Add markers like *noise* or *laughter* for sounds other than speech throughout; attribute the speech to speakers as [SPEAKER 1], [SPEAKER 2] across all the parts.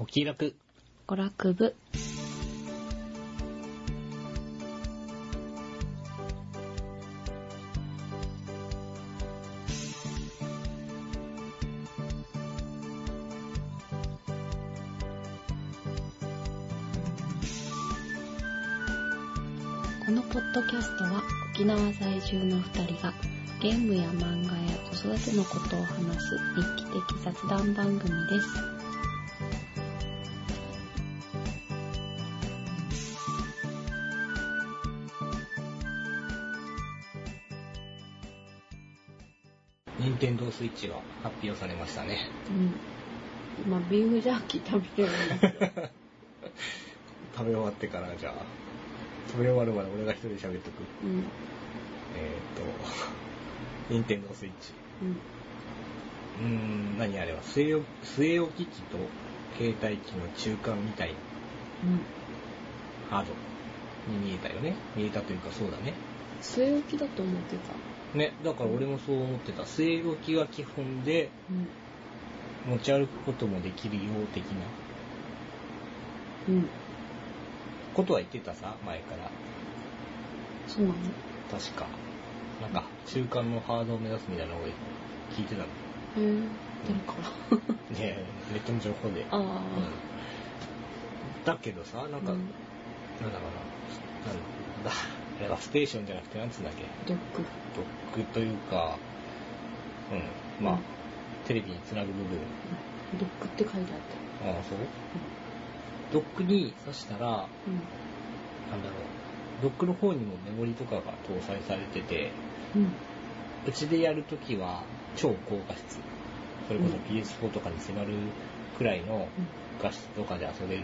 [SPEAKER 1] お気楽。
[SPEAKER 2] 娯楽部。このポッドキャストは沖縄在住の2人がゲームや漫画や子育てのことを話す日記的雑談番組です。
[SPEAKER 1] 任天堂スイッチが発表されましたね。
[SPEAKER 2] うん。まあ、ビーフジャーキー食べてるんだ
[SPEAKER 1] 食べ終わってから、じゃあ、食べ終わるまで俺が一人で喋っとく。
[SPEAKER 2] う
[SPEAKER 1] え
[SPEAKER 2] ん。
[SPEAKER 1] ー、っと、任 *laughs* 天堂スイッチ。
[SPEAKER 2] う
[SPEAKER 1] うー
[SPEAKER 2] ん。
[SPEAKER 1] ん、何あれは、据え置き据え置き機と携帯機の中間みたいな
[SPEAKER 2] うん。
[SPEAKER 1] ハードに見えたよね。見えたというかそうだね。
[SPEAKER 2] 据え置きだと思ってた。
[SPEAKER 1] ね、だから俺もそう思ってた。据え置きは基本で
[SPEAKER 2] う。
[SPEAKER 1] 持ち歩くこともできるよう的なん
[SPEAKER 2] うん。
[SPEAKER 1] ことは言ってたさ、前から。
[SPEAKER 2] そうなの
[SPEAKER 1] 確か。なんか、中間のハードを目指すみたいなのを聞いてたの。ね
[SPEAKER 2] へえ。誰から
[SPEAKER 1] え、ネットの情報で。
[SPEAKER 2] あ
[SPEAKER 1] うんだけどさ、
[SPEAKER 2] あ。
[SPEAKER 1] なんか、なんだ
[SPEAKER 2] う
[SPEAKER 1] かな、なんだ、あれはステーションじゃなくて、なんつうんだっけ、
[SPEAKER 2] ドッグ。
[SPEAKER 1] ドックというか、うん、まあ、テレビにつなぐ部分、
[SPEAKER 2] ドッグって書いてあっ
[SPEAKER 1] ああ、そうドックに挿したら、
[SPEAKER 2] た。うん。
[SPEAKER 1] なんだろう、ドックの方にもメモリとかが搭載されてて、
[SPEAKER 2] うん。
[SPEAKER 1] うちでやるときは超高画質。それこそ
[SPEAKER 2] うん
[SPEAKER 1] PS4 とかに迫るくらいの画質とかで遊べる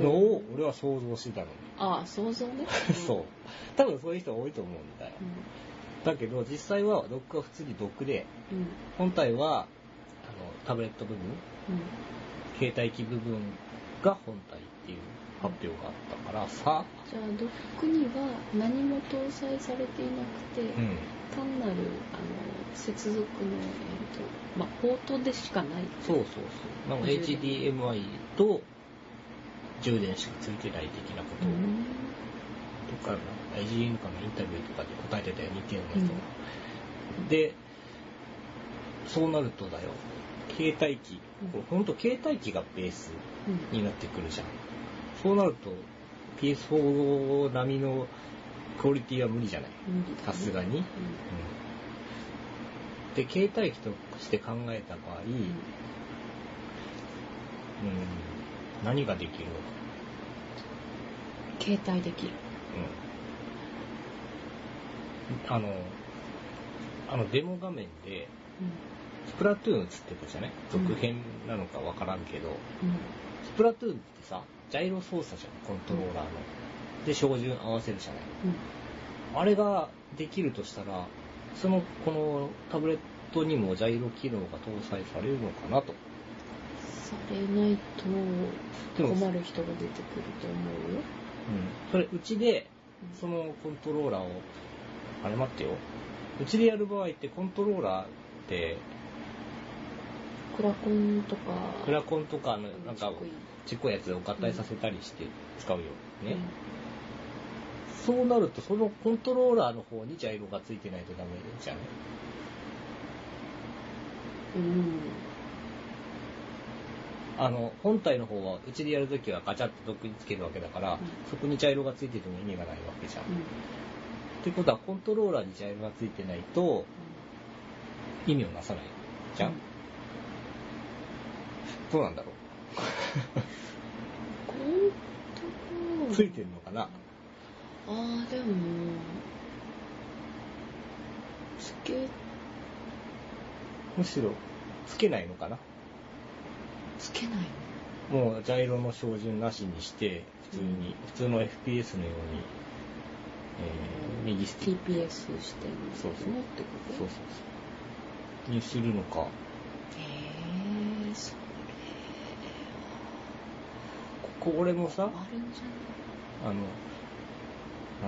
[SPEAKER 1] のを俺は想像してたの。。
[SPEAKER 2] ああ、想像 *laughs* ね
[SPEAKER 1] そう。多分そういう人多いと思うんだよ。だけど実際はドックは普通にドックで、
[SPEAKER 2] うん。うん。
[SPEAKER 1] 本体はあのタブレット部分、
[SPEAKER 2] うん。
[SPEAKER 1] 携帯機部分が本体っていう発表があったからさ、
[SPEAKER 2] じゃあ、ドッグには何も搭載されていなくて、
[SPEAKER 1] うん。
[SPEAKER 2] 単なる、あの、接続の、えっと、まあ、ポートでしかない。
[SPEAKER 1] そうそうそう。なんか HDMI と充電しかついてない的なことを。どっかの IGN かのインタビューとかで答えてたよ、日系の人が。で、そうなるとだよ、携帯機、これほんと携帯機がベース
[SPEAKER 2] うん。
[SPEAKER 1] になってくるじゃん。そうなると PS4 並みのクオリティは無理じゃない
[SPEAKER 2] 無理だね
[SPEAKER 1] さすがに。で、携帯機として考えた場合、う
[SPEAKER 2] うん
[SPEAKER 1] ん、何ができるのか。
[SPEAKER 2] 携帯できる。
[SPEAKER 1] うん。あの、あのデモ画面で、スプラトゥーン映ってたじゃない続編なのかわからんけど、
[SPEAKER 2] うん。うん。
[SPEAKER 1] スプラトゥーンってさ、ジャイロ操作じゃん、コントローラーの。で、照準合わせるじゃない。
[SPEAKER 2] うん。
[SPEAKER 1] あれができるとしたら、その、このタブレットにもジャイロ機能が搭載されるのかなと。
[SPEAKER 2] されないと
[SPEAKER 1] でも
[SPEAKER 2] 困る人が出てくると思うよ。
[SPEAKER 1] それ、うちで、そのコントローラーを、あれ待ってよ。うちでやる場合ってコントローラーって、
[SPEAKER 2] クラコンとか、
[SPEAKER 1] クラコンとかの、なん
[SPEAKER 2] ち
[SPEAKER 1] か
[SPEAKER 2] っ、こい
[SPEAKER 1] ちっこいやつを合体させたりして使うよ。ね。
[SPEAKER 2] うん
[SPEAKER 1] そうなると、そのコントローラーの方にジャイロがついてないとダメじゃん。
[SPEAKER 2] うん。
[SPEAKER 1] あの、本体の方は、うちでやるときはガチャッとドックにつけるわけだから、
[SPEAKER 2] うん
[SPEAKER 1] そこにジャイロがついてても意味がないわけじゃん。ってことは、コントローラーにジャイロがついてないと、意味をなさないじゃん。
[SPEAKER 2] うん
[SPEAKER 1] どうなんだろ
[SPEAKER 2] コントロー
[SPEAKER 1] う。
[SPEAKER 2] *laughs* ラー
[SPEAKER 1] ついてるのかな
[SPEAKER 2] ああ、でも、つけ、
[SPEAKER 1] むしろ、つけないのかな
[SPEAKER 2] つけないの
[SPEAKER 1] もう、ジャイロの照準なしにして、普通に、普通の FPS のように、えー、右スティック
[SPEAKER 2] TPS 視点
[SPEAKER 1] そうそう
[SPEAKER 2] ねってこと
[SPEAKER 1] そうそうそう。にするのか。
[SPEAKER 2] へえ、それ
[SPEAKER 1] ここ俺もさ、
[SPEAKER 2] あるんじゃ
[SPEAKER 1] あ
[SPEAKER 2] ない
[SPEAKER 1] の、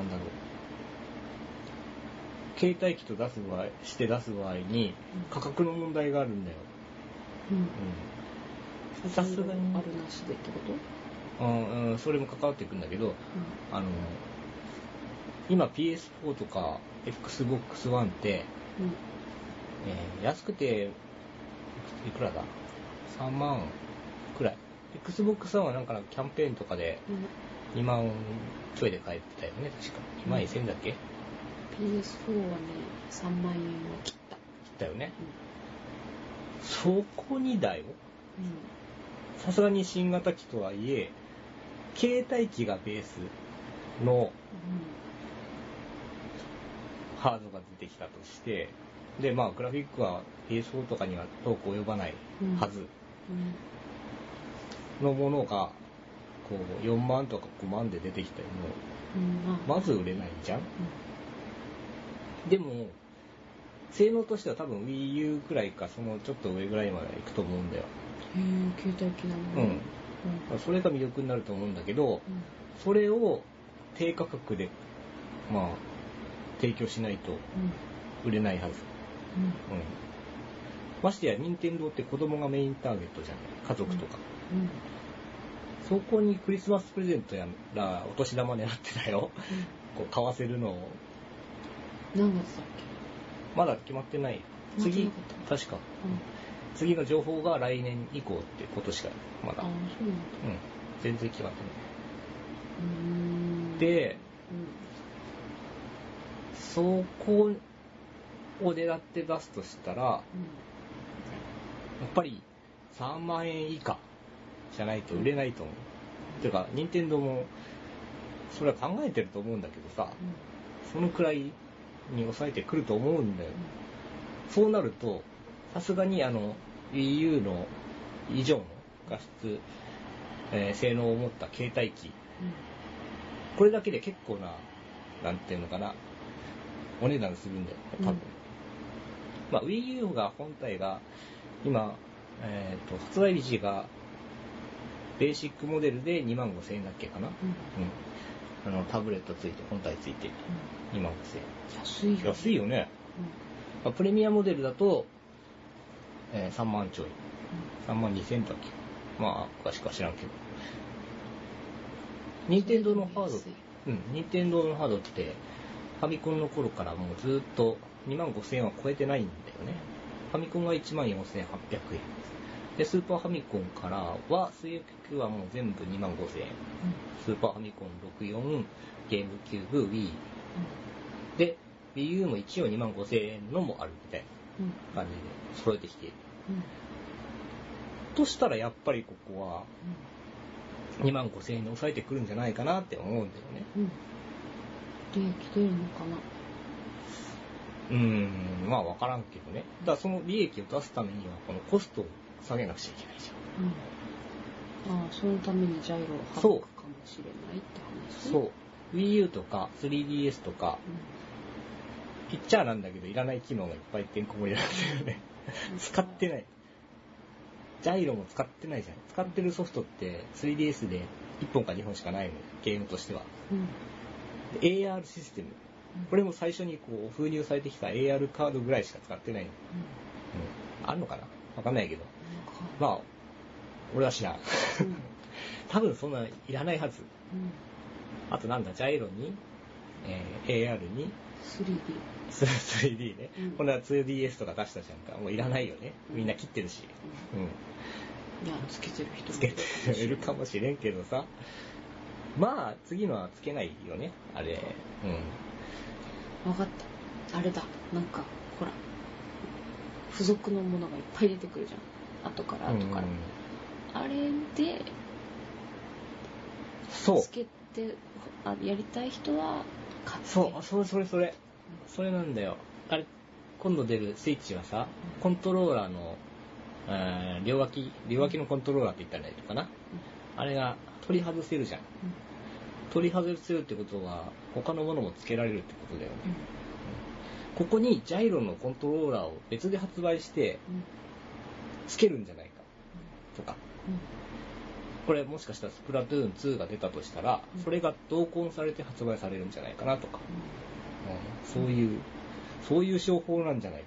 [SPEAKER 1] なんだろう。携帯機と出す場合、して出す場合に
[SPEAKER 2] うん、
[SPEAKER 1] 価格の問題があるんだよ。
[SPEAKER 2] うん。
[SPEAKER 1] うん。さすがに
[SPEAKER 2] あるなしでってこと、
[SPEAKER 1] うんうん、それも関わっていくんだけど、
[SPEAKER 2] う
[SPEAKER 1] あの、今 PS4 とか Xbox One って、
[SPEAKER 2] んうん、
[SPEAKER 1] えー安くて、いくらだ ?3 万くらい。Xbox One はなんかキャンペーンとかで2万ちょいで買えてたよね、確か。2万1000だっけ切
[SPEAKER 2] PS4 はね3万円を切った、
[SPEAKER 1] ったよね。そこにだよ。さすがに新型機とはいえ、携帯機がベースのハードが出てきたとして、で、まあ、グラフィックは PS4 とかには遠く及ばないはず
[SPEAKER 2] うんう
[SPEAKER 1] の
[SPEAKER 2] ん
[SPEAKER 1] ものが、こう、4万とか5万で出てきても、
[SPEAKER 2] うんうん
[SPEAKER 1] まず売れないじゃん
[SPEAKER 2] う
[SPEAKER 1] でも、性能としては多分 Wii U くらいか、そのちょっと上ぐらいまでいくと思うんだよ。
[SPEAKER 2] んへえ携帯機なの
[SPEAKER 1] う
[SPEAKER 2] に
[SPEAKER 1] ん。それが魅力になると思うんだけど、
[SPEAKER 2] うん
[SPEAKER 1] それを低価格で、まあ、提供しないと
[SPEAKER 2] うん
[SPEAKER 1] 売れないはず。
[SPEAKER 2] うん
[SPEAKER 1] うん。ましてや、任天堂って子供がメインターゲットじゃない家族とか。
[SPEAKER 2] うんうん
[SPEAKER 1] そこにクリスマスプレゼントやら、お年玉狙ってたよ。こう、買わせるのを。
[SPEAKER 2] 何月だっ
[SPEAKER 1] まだ決まってない。次
[SPEAKER 2] 決まってな、
[SPEAKER 1] 確か。
[SPEAKER 2] け、うん、
[SPEAKER 1] 次の情報が来年以降ってことしか、まだ。
[SPEAKER 2] ああ
[SPEAKER 1] うん。
[SPEAKER 2] そうなんだ
[SPEAKER 1] 全然決まってな
[SPEAKER 2] うーん
[SPEAKER 1] い。で、そこを狙って出すとしたら、
[SPEAKER 2] うんうん
[SPEAKER 1] やっぱり3万円以下じゃないと売れないと思う。ていうか、任天堂も、それは考えてると思うんだけどさ、そのくらいに抑えてくると思うんだよ。そうなると、さすがにあの、EU の以上の画質、えー性能を持った携帯機、これだけで結構な、なんていうのかな、お値段するんだよ、多分。
[SPEAKER 2] うん
[SPEAKER 1] まあ、Wii U が本体が、今、えっ、と、発売日が、ベーシックモデルで2万5千円だっけかな、
[SPEAKER 2] うん
[SPEAKER 1] うん。あの、タブレットついて、本体ついて、2万5千
[SPEAKER 2] うん安い
[SPEAKER 1] 円。
[SPEAKER 2] よ
[SPEAKER 1] 安いよね。まあプレミアモデルだと、えー3万ちょい。3万2千円だっけまあ、詳しくは知らんけど。任天堂のハード
[SPEAKER 2] 安い、
[SPEAKER 1] うん、任天堂のハードって、ファミコンの頃からもうずっと2万5千円は超えてないんだよね。ファミコンが1万4800円。で、スーパーファミコンからは、水域はもう全部2万5千円。スーパーファミコン64、ゲームキューブ、Wii。で、Wii U も一応2万5千円のもあるみたい
[SPEAKER 2] うんうん
[SPEAKER 1] な感じで揃えてきている。
[SPEAKER 2] うん
[SPEAKER 1] としたらやっぱりここは
[SPEAKER 2] うん
[SPEAKER 1] 2万5千円に抑えてくるんじゃないかなって思うんだよね。
[SPEAKER 2] うん。利益出るのかな。
[SPEAKER 1] うーん、まあ分からんけどね。だからその利益を出すためには、このコストを下げなくちゃいけないじゃ
[SPEAKER 2] うん。ああ、そのためにジャイロを省くかもしれないって話。
[SPEAKER 1] ん。そ。う。Wii U とか 3DS とか、ピッチャーなんだけどいらない機能がいっぱいてんこ盛りなんだよね。使ってない。ジャイロも使ってないじゃん。使ってるソフトって 3DS で1本か2本しかないの。ゲームとしては。
[SPEAKER 2] うん。うん。
[SPEAKER 1] で AR システム。これも最初にこう封入されてきた AR カードぐらいしか使ってないの。
[SPEAKER 2] うん。
[SPEAKER 1] うんあんのかなわかんないけど。
[SPEAKER 2] なんか
[SPEAKER 1] まあ、俺は知らん。
[SPEAKER 2] うん。うん。
[SPEAKER 1] 多分そんなんいらないはず。あとなんだ、ジャイロに、えー AR に、
[SPEAKER 2] 3D。
[SPEAKER 1] ス 3D ね
[SPEAKER 2] うん。
[SPEAKER 1] こんな 2DS とか出したじゃんか。もういらないよね。みんな切ってるし。うん。
[SPEAKER 2] いや、つけてる人も
[SPEAKER 1] つ
[SPEAKER 2] い
[SPEAKER 1] け
[SPEAKER 2] る
[SPEAKER 1] てるかもしれんけどさ。まあ、次のはつけないよね。あれ。
[SPEAKER 2] わかった。あれだ。なんか、ほら。付属のものがいっぱい出てくるじゃん。後か
[SPEAKER 1] うん。
[SPEAKER 2] ら後から。あれで、
[SPEAKER 1] そう
[SPEAKER 2] つ。けて、あやりたい人は買って。
[SPEAKER 1] そう、それそれそれ。それなんだよ。あれ、今度出るスイッチはさ、コントローラーの、えー両脇、両脇のコントローラーって言ったらいいのかな。あれが取り外せるじゃん。
[SPEAKER 2] うん。
[SPEAKER 1] 取り外せるってことは、他のものも付けられるってことだよね。
[SPEAKER 2] う
[SPEAKER 1] こ
[SPEAKER 2] ん。
[SPEAKER 1] こにジャイロのコントローラーを別で発売して、
[SPEAKER 2] うん。
[SPEAKER 1] 付けるんじゃないか。とか。
[SPEAKER 2] うん。
[SPEAKER 1] これもしかしたらスプラトゥーン2が出たとしたら
[SPEAKER 2] うん、
[SPEAKER 1] それが同梱されて発売されるんじゃないかなとか。うんそういう、そういう商法なんじゃない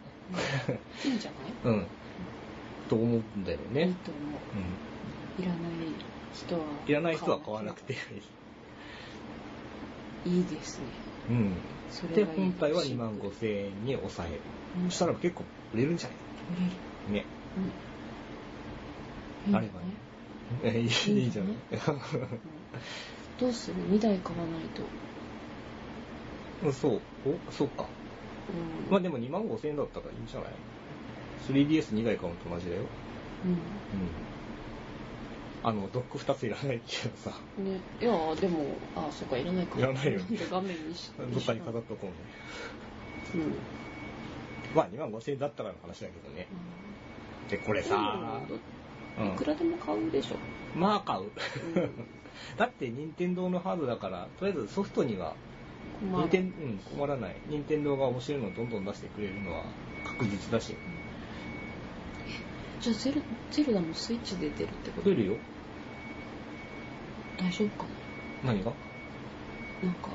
[SPEAKER 1] か。
[SPEAKER 2] いいんじゃない
[SPEAKER 1] うん。と思うんだよ
[SPEAKER 2] いい
[SPEAKER 1] ね。
[SPEAKER 2] と思
[SPEAKER 1] う
[SPEAKER 2] う。
[SPEAKER 1] ん。
[SPEAKER 2] いらない人はい
[SPEAKER 1] らない人は買わなくていい。
[SPEAKER 2] いいですね
[SPEAKER 1] うん。
[SPEAKER 2] それ
[SPEAKER 1] で、
[SPEAKER 2] がいい
[SPEAKER 1] 本体は2万5千円に抑える。
[SPEAKER 2] うん
[SPEAKER 1] そしたら結構売れるんじゃ
[SPEAKER 2] 売れる
[SPEAKER 1] ないね。
[SPEAKER 2] うん
[SPEAKER 1] あればね。 *laughs* えいい
[SPEAKER 2] いいね
[SPEAKER 1] いいじゃない
[SPEAKER 2] どうする2台買わないと、
[SPEAKER 1] うん *laughs* そう。お、そうか。
[SPEAKER 2] うん
[SPEAKER 1] まあでも2万5千円だったらいいんじゃない ?3DS2 台買うのと同じだよ。
[SPEAKER 2] う
[SPEAKER 1] うん。あの、ドック2ついらないけどさ、
[SPEAKER 2] んね、いやでもあそっかいらないか
[SPEAKER 1] いらないよね
[SPEAKER 2] んで画面にし
[SPEAKER 1] どっかに飾っとこうね。
[SPEAKER 2] うんうん
[SPEAKER 1] まあ2万5千円だったらの話だけどね。で、これさ、う
[SPEAKER 2] いくらでも買うでしょ、
[SPEAKER 1] ん。まあ買う。
[SPEAKER 2] うん
[SPEAKER 1] *laughs* だって、任天堂のハードだから、とりあえずソフトには、
[SPEAKER 2] まあ
[SPEAKER 1] 任天うん、困らない。任天堂が面白いのをどんどん出してくれるのは確実だし。
[SPEAKER 2] じゃあゼルゼルダもスイッチで出るってこと
[SPEAKER 1] 出るよ。
[SPEAKER 2] 大丈夫か
[SPEAKER 1] 何が
[SPEAKER 2] ななんか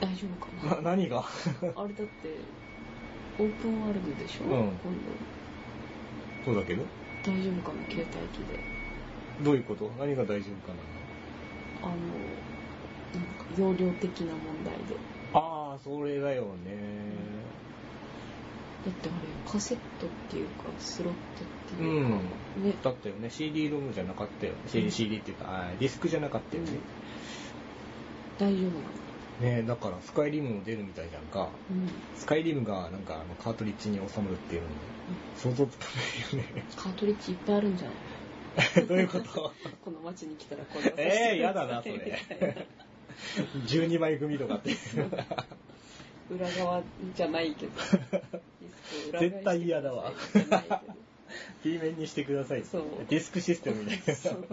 [SPEAKER 2] え大丈夫かな
[SPEAKER 1] な何が
[SPEAKER 2] あれだってオープンワールドでしょ、
[SPEAKER 1] うん
[SPEAKER 2] 今度
[SPEAKER 1] *laughs* そうだけど
[SPEAKER 2] 大丈夫かな携帯機で
[SPEAKER 1] どういうこと何が大丈夫かな
[SPEAKER 2] あのなんか容量的な問題で
[SPEAKER 1] ああ、それだよね。
[SPEAKER 2] だってあれカセットっていうかスロットって
[SPEAKER 1] う
[SPEAKER 2] いうか、
[SPEAKER 1] ん。
[SPEAKER 2] ね
[SPEAKER 1] だったよね。CD ロムじゃなかったよ。CD, CD っていうか、あーディスクじゃなかったよね。
[SPEAKER 2] 大丈夫なの
[SPEAKER 1] ねえだからスカイリムも出るみたいじゃんか。
[SPEAKER 2] うん
[SPEAKER 1] スカイリムがなんかあのカートリッジに収まるっていうのに想像つかないよね。
[SPEAKER 2] カートリッジいっぱいあるんじゃない
[SPEAKER 1] *laughs* どういうこと
[SPEAKER 2] この街に来たらこれを
[SPEAKER 1] ええー、やだな、そ
[SPEAKER 2] *laughs*
[SPEAKER 1] れ。12枚組とかって。
[SPEAKER 2] 裏側じゃないけ
[SPEAKER 1] *laughs*
[SPEAKER 2] どディスクを裏返して
[SPEAKER 1] 絶対嫌だわ
[SPEAKER 2] じゃないけど
[SPEAKER 1] P 面にしてください。
[SPEAKER 2] そう
[SPEAKER 1] ディスクシステムみたい
[SPEAKER 2] そう *laughs*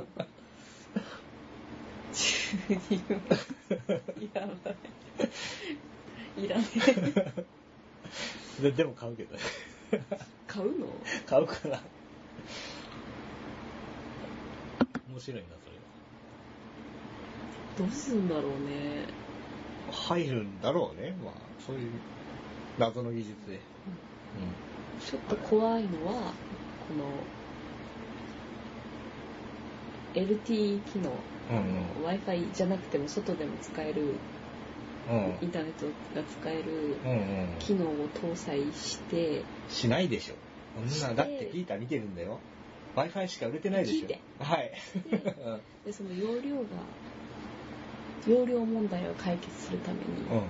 [SPEAKER 2] 12はいらないいらない
[SPEAKER 1] な。ででも買うけどね。
[SPEAKER 2] 買うの
[SPEAKER 1] 買うかな。面白いな、それ
[SPEAKER 2] どうすんだろうね
[SPEAKER 1] は。入るんだろうね。まあ、そういう謎の技術で。
[SPEAKER 2] ちょっと怖いのはこの LTE 機能
[SPEAKER 1] うん。うん
[SPEAKER 2] w i f i じゃなくても外でも使える、
[SPEAKER 1] うん。う
[SPEAKER 2] イン
[SPEAKER 1] ん。
[SPEAKER 2] ターネットが使える
[SPEAKER 1] うんうん。
[SPEAKER 2] 機能を搭載
[SPEAKER 1] *laughs*
[SPEAKER 2] して
[SPEAKER 1] しないでしょ。
[SPEAKER 2] し
[SPEAKER 1] そん
[SPEAKER 2] て
[SPEAKER 1] な、だってピーター見てるんだよ。Wi-Fi しか売れてないで
[SPEAKER 2] 聞
[SPEAKER 1] し
[SPEAKER 2] いて
[SPEAKER 1] ょ。はい。
[SPEAKER 2] で
[SPEAKER 1] うん
[SPEAKER 2] でその容量が容量問題を解決するために、
[SPEAKER 1] うん。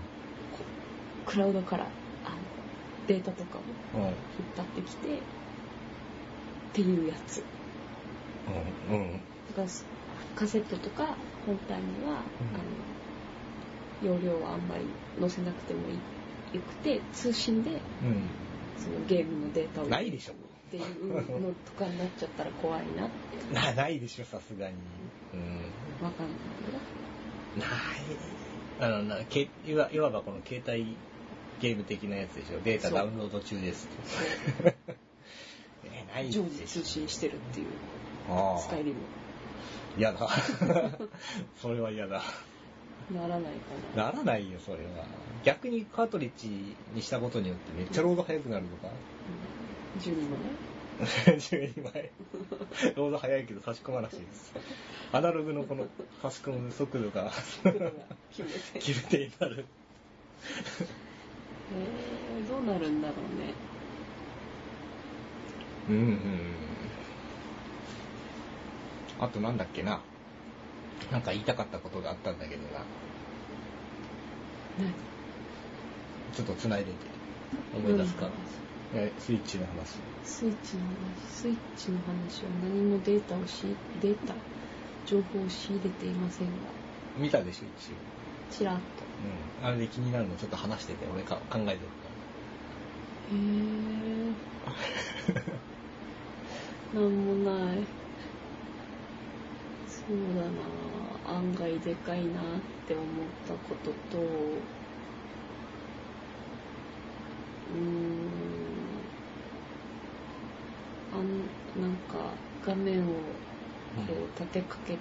[SPEAKER 2] クラウドからあのデータとかを
[SPEAKER 1] うん。
[SPEAKER 2] 引っ張ってきてっていうやつ
[SPEAKER 1] うん。うん。
[SPEAKER 2] だからそカセットとか本体には、あの容量はあんまり載せなくてもいいくて通信で
[SPEAKER 1] うん。
[SPEAKER 2] そのゲームのデータを
[SPEAKER 1] ないでしょ
[SPEAKER 2] っていうのとかになっちゃったら怖いなって
[SPEAKER 1] なないでしょさすがにうん
[SPEAKER 2] わかんないけど
[SPEAKER 1] ないあのなけいわいわばこの携帯ゲーム的なやつでしょデータ
[SPEAKER 2] そう
[SPEAKER 1] ダウンロード中です *laughs* えない
[SPEAKER 2] 常時
[SPEAKER 1] でし
[SPEAKER 2] 通信してるっていう
[SPEAKER 1] ょ
[SPEAKER 2] スタイリン
[SPEAKER 1] 嫌 *laughs* だそれは嫌だ
[SPEAKER 2] グならないかな
[SPEAKER 1] ならないよそれは逆にカートリッジにしたことによってめっちゃロード速くなるの *laughs* か
[SPEAKER 2] うん12もね
[SPEAKER 1] *laughs* 12枚ロード速いけど差し込まなくていいですアナログのこの差し込む速度 *laughs* が
[SPEAKER 2] 黒が決めて
[SPEAKER 1] 決め手になる
[SPEAKER 2] えー、どうなるんだろうね
[SPEAKER 1] うんうんうんあとなんだっけななんか言いたかったことがあったんだけどな
[SPEAKER 2] 何
[SPEAKER 1] ちょっと繋いでて思い出すから
[SPEAKER 2] どうなる
[SPEAKER 1] え
[SPEAKER 2] の
[SPEAKER 1] スイッチの話
[SPEAKER 2] スイッチの話スイッチの話は何もデータをしデータ情報を仕入れていませんが
[SPEAKER 1] 見たでしょ一
[SPEAKER 2] ちらっと
[SPEAKER 1] 応、うん、あれで気になるのちょっと話してて俺か考えてるか
[SPEAKER 2] へえー、なんもないそうだな案外でかいなって思ったこととうーんあんなんか画面をこ
[SPEAKER 1] うん
[SPEAKER 2] う立てかけて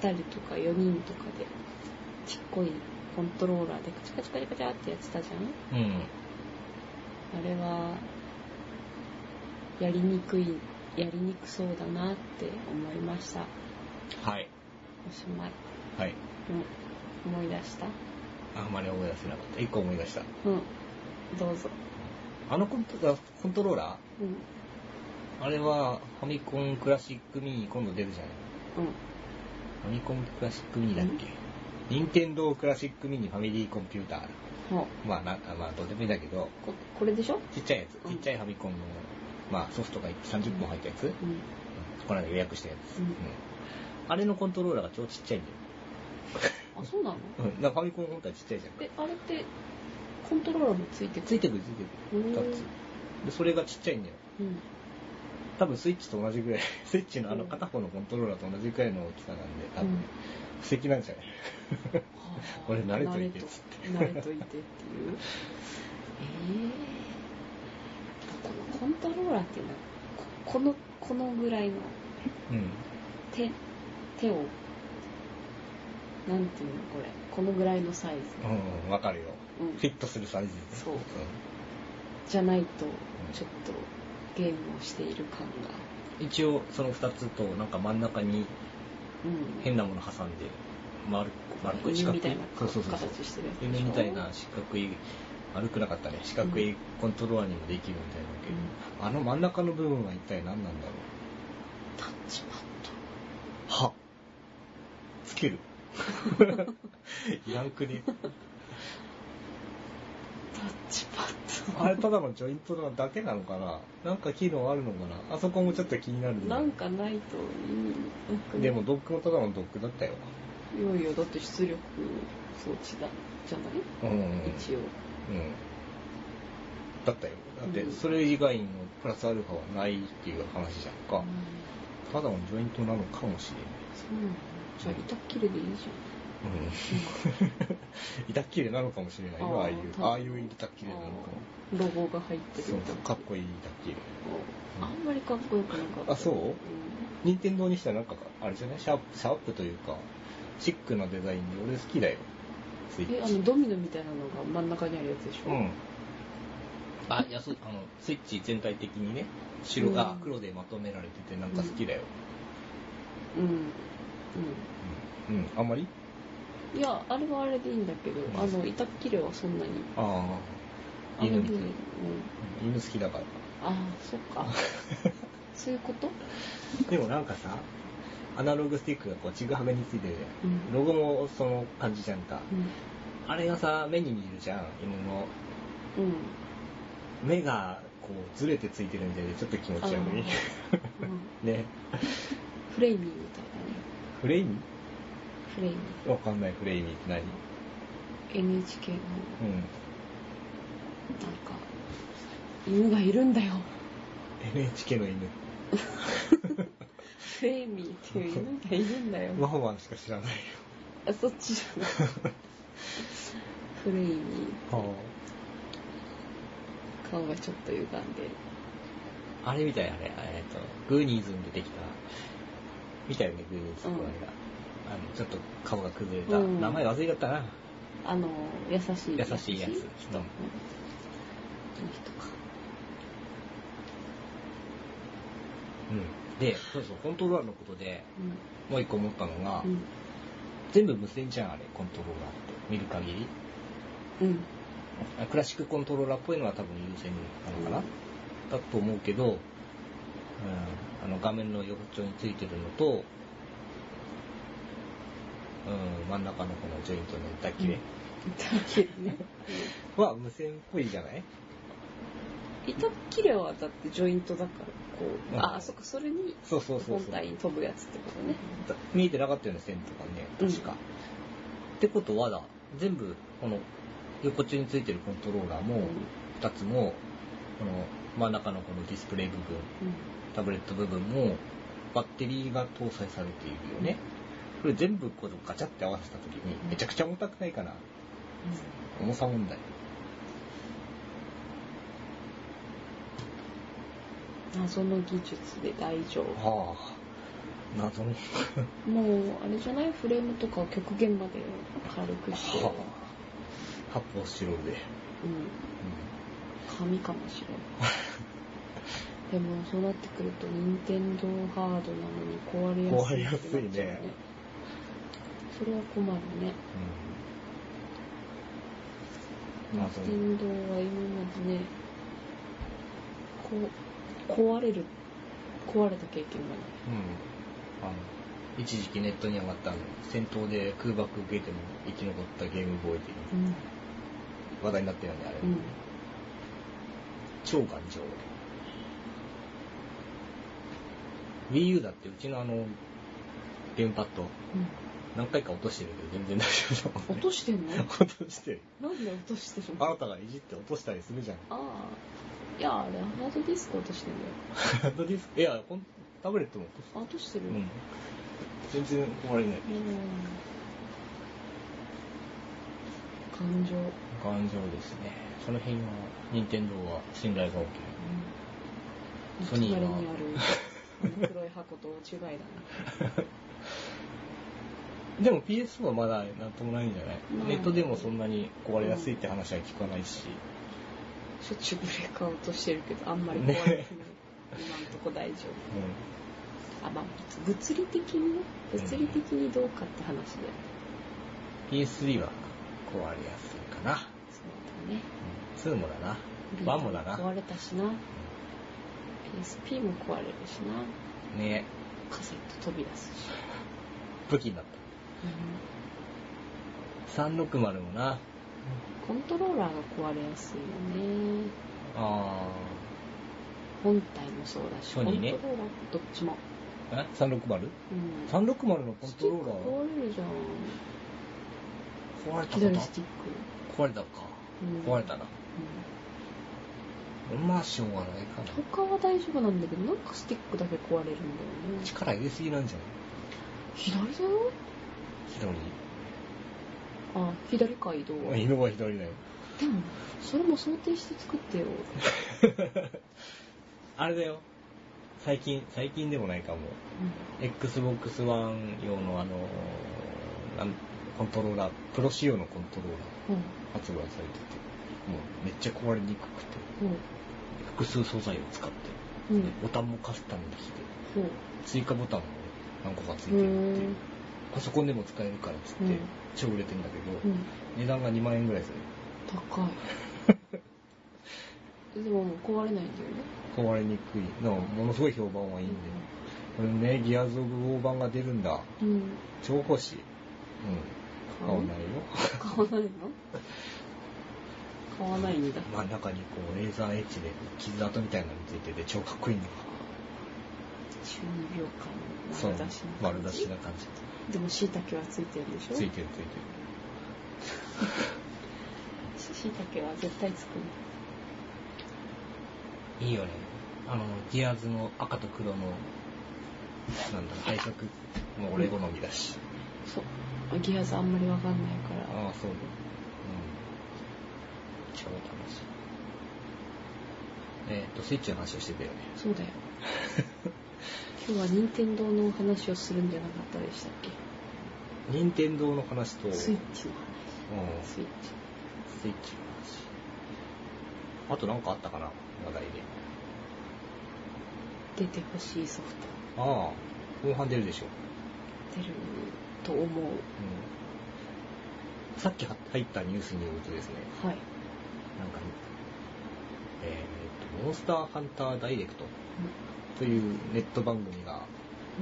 [SPEAKER 2] 2人とか4人とかでちっこいコントローラーでカチャカチャカチャカチャってやってたじゃん
[SPEAKER 1] らうん
[SPEAKER 2] あれはやりにくいやりにくそうだなって思いました
[SPEAKER 1] はい。
[SPEAKER 2] おしまい
[SPEAKER 1] はい。
[SPEAKER 2] うん思い出した
[SPEAKER 1] あんまり思い出せなかった。一個思い出した。
[SPEAKER 2] うんどうぞ
[SPEAKER 1] あのコントあコントローラ
[SPEAKER 2] うん
[SPEAKER 1] ーあれはファミコンクラシックミニ今度出るじゃない
[SPEAKER 2] うん
[SPEAKER 1] ファミコンクラシックミニだっけ、任天堂クラシックミニファミリーコンピューター。
[SPEAKER 2] ほう
[SPEAKER 1] まあな、あまあどうでもいいんだけど、
[SPEAKER 2] ここれでしょ
[SPEAKER 1] ちっちゃいやつ、
[SPEAKER 2] う
[SPEAKER 1] ち
[SPEAKER 2] ん
[SPEAKER 1] っちゃいファミコンの、まあソフトが30本入ったやつ、
[SPEAKER 2] うん
[SPEAKER 1] この間予約したやつ、
[SPEAKER 2] うん
[SPEAKER 1] あれのコントローラーが超ちっちゃいん
[SPEAKER 2] あそうなの
[SPEAKER 1] だよ。うん、だからファミコン本体ちっちゃいじゃん。
[SPEAKER 2] えあれってコントローラーもついてく
[SPEAKER 1] つ
[SPEAKER 2] る
[SPEAKER 1] いてくるついてくる。
[SPEAKER 2] うん
[SPEAKER 1] 2つ。で、それがちっちゃいんだよ。
[SPEAKER 2] うん
[SPEAKER 1] 多分スイッチと同じぐらい、 *laughs* スイッチのあの片方のコントローラーと同じくらいの大きさなんで、多
[SPEAKER 2] うん
[SPEAKER 1] 分、素敵なんじゃない *laughs* 俺慣れといてっ
[SPEAKER 2] 慣れ
[SPEAKER 1] つって
[SPEAKER 2] 慣れといてっていうええこのコントローラーっていうのはここのこのぐらいの
[SPEAKER 1] うん。
[SPEAKER 2] 手手をなんていうのこれこのぐらいのサイズ
[SPEAKER 1] うん、わかるよ。
[SPEAKER 2] うん
[SPEAKER 1] フィットするサイズ。
[SPEAKER 2] そうんじゃないとちょっとゲームをしている感が
[SPEAKER 1] 一応、その2つと、なんか真ん中に
[SPEAKER 2] うん
[SPEAKER 1] 変なもの挟んで、丸く、丸く四角
[SPEAKER 2] 犬みたい
[SPEAKER 1] い
[SPEAKER 2] な。
[SPEAKER 1] そうそうそうそう。
[SPEAKER 2] 形してるやつでしょ
[SPEAKER 1] 夢みたいな四角い、丸くなかったね。四角いコントローラーにもできるみたいなんだけど、あの真ん中の部分は一体何なんだろ
[SPEAKER 2] タッチパッド
[SPEAKER 1] う。はつける。
[SPEAKER 2] *laughs*
[SPEAKER 1] いらんくね。
[SPEAKER 2] タッチパッド
[SPEAKER 1] あれただのジョイントなだけなのかななんか機能あるのかなあそこもちょっと気になるね
[SPEAKER 2] なんかないと意味なくない
[SPEAKER 1] でもドックもただのドックだったよ。
[SPEAKER 2] いよいよだって出力装置だじゃない、
[SPEAKER 1] うん。うん。
[SPEAKER 2] 一応
[SPEAKER 1] だったよ。だって
[SPEAKER 2] うん
[SPEAKER 1] それ以外のプラスアルファはないっていう話じゃんか。
[SPEAKER 2] うん
[SPEAKER 1] ただのジョイントなのかもしれ
[SPEAKER 2] そうなのじゃあ板っきれでいいじ
[SPEAKER 1] ない。 *laughs* うん。板っきれなのかもしれないよ、ああいう、
[SPEAKER 2] あー
[SPEAKER 1] ああいう板っきれなのかも。
[SPEAKER 2] ゃんロゴが入って
[SPEAKER 1] そ
[SPEAKER 2] る
[SPEAKER 1] う
[SPEAKER 2] みたいな
[SPEAKER 1] かっこいい板っきれ。
[SPEAKER 2] あんまりかっこよくなかった
[SPEAKER 1] あそうん任天堂にしたらなんか、あれじゃないシャープ、シャープというか、シックなデザインで俺好きだよ。スイッチ
[SPEAKER 2] えあのドミノみたいなのが真ん中にあるやつでしょ、
[SPEAKER 1] うん。あ、いや、そう、あの、スイッチ全体的にね、白が
[SPEAKER 2] うん
[SPEAKER 1] 黒でまとめられてて、なんか好きだよ。
[SPEAKER 2] うん
[SPEAKER 1] うん、うんあんまり
[SPEAKER 2] うんいやあれはあれでいいんだけど、
[SPEAKER 1] うん
[SPEAKER 2] あの板っきれはそんなに
[SPEAKER 1] あ
[SPEAKER 2] あ
[SPEAKER 1] あ、犬
[SPEAKER 2] の
[SPEAKER 1] みた
[SPEAKER 2] 部
[SPEAKER 1] い
[SPEAKER 2] 分、うん、
[SPEAKER 1] 犬好きだから。
[SPEAKER 2] ああそっ
[SPEAKER 1] *laughs*
[SPEAKER 2] かそういうこと
[SPEAKER 1] でもなんかさ、アナログスティックがこう、ちぐはぐについてるじゃん。
[SPEAKER 2] うん
[SPEAKER 1] ロゴもその感じじゃんか。
[SPEAKER 2] う
[SPEAKER 1] あれがさ、目に見えるじゃん、犬の。
[SPEAKER 2] ん、うん
[SPEAKER 1] 目が、こう、ずれてついてるみたいで、ちょっと気持ち悪い。
[SPEAKER 2] うん、
[SPEAKER 1] *laughs* ね。
[SPEAKER 2] フレーミーみたいなね
[SPEAKER 1] フレイミ
[SPEAKER 2] フレーミ
[SPEAKER 1] わかんない、フレイミって何うん。
[SPEAKER 2] ー NHK のなんか犬がいるんだよ
[SPEAKER 1] NHK の犬。
[SPEAKER 2] フレーミーっていう犬がいるんだよ
[SPEAKER 1] ワンワンしか知らないよ。
[SPEAKER 2] あそっちじゃないフレーミー顔がちょっと歪んでる
[SPEAKER 1] あれみたい、あれ。えっと、グーニーズに出てきた。見たよね、グーニーズ、
[SPEAKER 2] うん
[SPEAKER 1] この間。あの、ちょっと顔が崩れた。
[SPEAKER 2] うん
[SPEAKER 1] 名前忘れちゃったな。
[SPEAKER 2] あの優しい
[SPEAKER 1] 優しいやつ。
[SPEAKER 2] うん
[SPEAKER 1] 人
[SPEAKER 2] この人か
[SPEAKER 1] うん。で、そうそう、コントローラーのことで、
[SPEAKER 2] う
[SPEAKER 1] もう一個思ったのが、
[SPEAKER 2] ん
[SPEAKER 1] 全部無線じゃん、あれ、コントローラーって。見る限り。
[SPEAKER 2] うん
[SPEAKER 1] あクラシックコントローラーっぽいのは多分優先なのかな、
[SPEAKER 2] うん
[SPEAKER 1] だと思うけど、うん、あの画面の横っちょについてるのと、うん、真ん中のこのジョイントの板切れ
[SPEAKER 2] 板っきれね
[SPEAKER 1] は無線っぽいじゃない
[SPEAKER 2] 板っきれはだってジョイントだからこう、
[SPEAKER 1] うん
[SPEAKER 2] ああそっかそれに
[SPEAKER 1] そうそうそう
[SPEAKER 2] 本
[SPEAKER 1] そう
[SPEAKER 2] 体に飛ぶやつってことね
[SPEAKER 1] だ見えてなかったよね線とかね確か、
[SPEAKER 2] うん
[SPEAKER 1] ってことはだ全部この横っちょについてるコントローラーも2つもこの真ん中のこのディスプレイ部分
[SPEAKER 2] うん
[SPEAKER 1] タブレット部分もバッテリーが搭載されているよね。これ全部こうガチャって合わせた時にめちゃくちゃ重たくないかな。重さ問題。
[SPEAKER 2] 謎の技術で大丈夫
[SPEAKER 1] はあ、謎の。は
[SPEAKER 2] もうあれじゃないフレームとかを極限まで軽くして、
[SPEAKER 1] あ、発泡スチロールで。
[SPEAKER 2] うん紙かもしれないでもそうなってくると任天堂ハードなのに壊れやすい
[SPEAKER 1] 壊れやすいね
[SPEAKER 2] ってなっちゃうそれは困るね
[SPEAKER 1] うんまあ
[SPEAKER 2] 任
[SPEAKER 1] そう
[SPEAKER 2] 天堂は今までねこう壊れる壊れた経験が
[SPEAKER 1] うん、あ
[SPEAKER 2] ない
[SPEAKER 1] の一時期ネットに上がったあの戦闘で空爆受けても生き残ったゲームボーイで
[SPEAKER 2] うん
[SPEAKER 1] 話題になったよねあれ、
[SPEAKER 2] うん
[SPEAKER 1] 超頑丈 WiiU だってうちのあのゲームパッド何回か落としてるけど全然大丈夫だもん
[SPEAKER 2] 落としてんの
[SPEAKER 1] 落としてる
[SPEAKER 2] なんで落としてるの
[SPEAKER 1] あ
[SPEAKER 2] あ
[SPEAKER 1] なたがいじって落としたりするじゃん
[SPEAKER 2] あいやあれハードディスク落としてんだよ
[SPEAKER 1] *laughs* ハードディスクいやほんタブレットも落とし
[SPEAKER 2] あ落として
[SPEAKER 1] て
[SPEAKER 2] る、
[SPEAKER 1] る、うん、全然壊れない
[SPEAKER 2] 感情、
[SPEAKER 1] 頑丈ですねその辺は任天堂は信頼が大きいソニー
[SPEAKER 2] 隣
[SPEAKER 1] は
[SPEAKER 2] にあるあの黒い箱と違
[SPEAKER 1] *laughs*
[SPEAKER 2] いだな、
[SPEAKER 1] でも PS はまだなんともないんじゃない、
[SPEAKER 2] まあ
[SPEAKER 1] ネットでもそんなに壊れやすいって話は聞かないし、
[SPEAKER 2] しょっちゅうブレーカー落としてるけどあんまり壊れてない、今んとこ大丈夫あまあ物理的にね物理的にどうかって話で
[SPEAKER 1] うん、PS3 は壊れやすいかな、
[SPEAKER 2] そうだね
[SPEAKER 1] うん、2もだな1もだな
[SPEAKER 2] 壊れたしな PSP も壊れるしな
[SPEAKER 1] ね
[SPEAKER 2] カセット飛び出すし、
[SPEAKER 1] 武器になっ
[SPEAKER 2] うん
[SPEAKER 1] た360もな
[SPEAKER 2] コントローラーが壊れやすいよね
[SPEAKER 1] あ
[SPEAKER 2] 本体もそうだし
[SPEAKER 1] ソニーね
[SPEAKER 2] コントローラーどっちも、
[SPEAKER 1] ーえ 360?360
[SPEAKER 2] うん、
[SPEAKER 1] のコン
[SPEAKER 2] ステ
[SPEAKER 1] ト
[SPEAKER 2] ィ
[SPEAKER 1] ロ
[SPEAKER 2] ック
[SPEAKER 1] ー
[SPEAKER 2] 壊れるじゃん
[SPEAKER 1] ラー壊れた
[SPEAKER 2] 左
[SPEAKER 1] か
[SPEAKER 2] スティッ
[SPEAKER 1] な壊れたか
[SPEAKER 2] ク、うん
[SPEAKER 1] 壊れたな
[SPEAKER 2] う
[SPEAKER 1] まあしょうがないか
[SPEAKER 2] ん
[SPEAKER 1] な
[SPEAKER 2] 他は大丈夫なんだけどなんかスティックだけ壊れるんだよね
[SPEAKER 1] 力入れすぎなんじゃない
[SPEAKER 2] 左だよ
[SPEAKER 1] 左
[SPEAKER 2] あ左か移動はでも
[SPEAKER 1] 犬は左だよ
[SPEAKER 2] それも想定して作ってよ
[SPEAKER 1] あれだよ。最近、最近でもないかも。Xbox One 用のあのーなん、コントローラー、プロ仕様のコントローラ
[SPEAKER 2] うん
[SPEAKER 1] ー発売されてて、もうめっちゃ壊れにくくて、
[SPEAKER 2] うん
[SPEAKER 1] 複数素材を使って、
[SPEAKER 2] うんうん
[SPEAKER 1] ボタンもカスタムできて、
[SPEAKER 2] そう
[SPEAKER 1] 追加ボタンも何個かついうてるってい
[SPEAKER 2] ん
[SPEAKER 1] う。パソコンでも使えるからっつって
[SPEAKER 2] うん、
[SPEAKER 1] 超売れてんだけど、
[SPEAKER 2] うん
[SPEAKER 1] 値段が2万円ぐらいする。 *laughs*
[SPEAKER 2] 高いでも壊れないんだよね
[SPEAKER 1] 壊れにくいの、ものすごい評判はいいんで、これね、ギアズ・オブ・ウォー版が出るんだ。
[SPEAKER 2] うん
[SPEAKER 1] 超欲しい。うん。買わないよ。
[SPEAKER 2] 買わないの買わないんだ。
[SPEAKER 1] 真ん中にこう、レーザーエッジで傷跡みたいなのついてて超かっこいいんだ。
[SPEAKER 2] 中二秒
[SPEAKER 1] そ
[SPEAKER 2] 間
[SPEAKER 1] う
[SPEAKER 2] の丸出し。
[SPEAKER 1] 丸出しな感じ。
[SPEAKER 2] でも椎茸はついてるでしょ
[SPEAKER 1] ついてるついてる。
[SPEAKER 2] 椎茸は絶対つく
[SPEAKER 1] いいよね。あの、ギアーズの赤と黒の、なんだろう、配色も俺好みだし。
[SPEAKER 2] そう。ギアズあんまりわかんないから。
[SPEAKER 1] ああ、そうだ。うん。超楽しい。えっ、と、スイッチの話をしてたよね。
[SPEAKER 2] そ
[SPEAKER 1] *laughs*
[SPEAKER 2] うだよ。今日は任天堂のお話をするんじゃなかったでしたっ
[SPEAKER 1] 任天堂の話と、
[SPEAKER 2] けスイッチの
[SPEAKER 1] うん
[SPEAKER 2] 話。スイッチ。
[SPEAKER 1] スイッチの話。あとなんかあったかな話題で。
[SPEAKER 2] 出てほしいソフ
[SPEAKER 1] ああ、後半出るでしょ。
[SPEAKER 2] ト出ると思う。
[SPEAKER 1] うん。さっきは入ったニュースによるとですね、
[SPEAKER 2] はい。
[SPEAKER 1] なんか、えーと、モンスターハンターダイレクトというネット番組が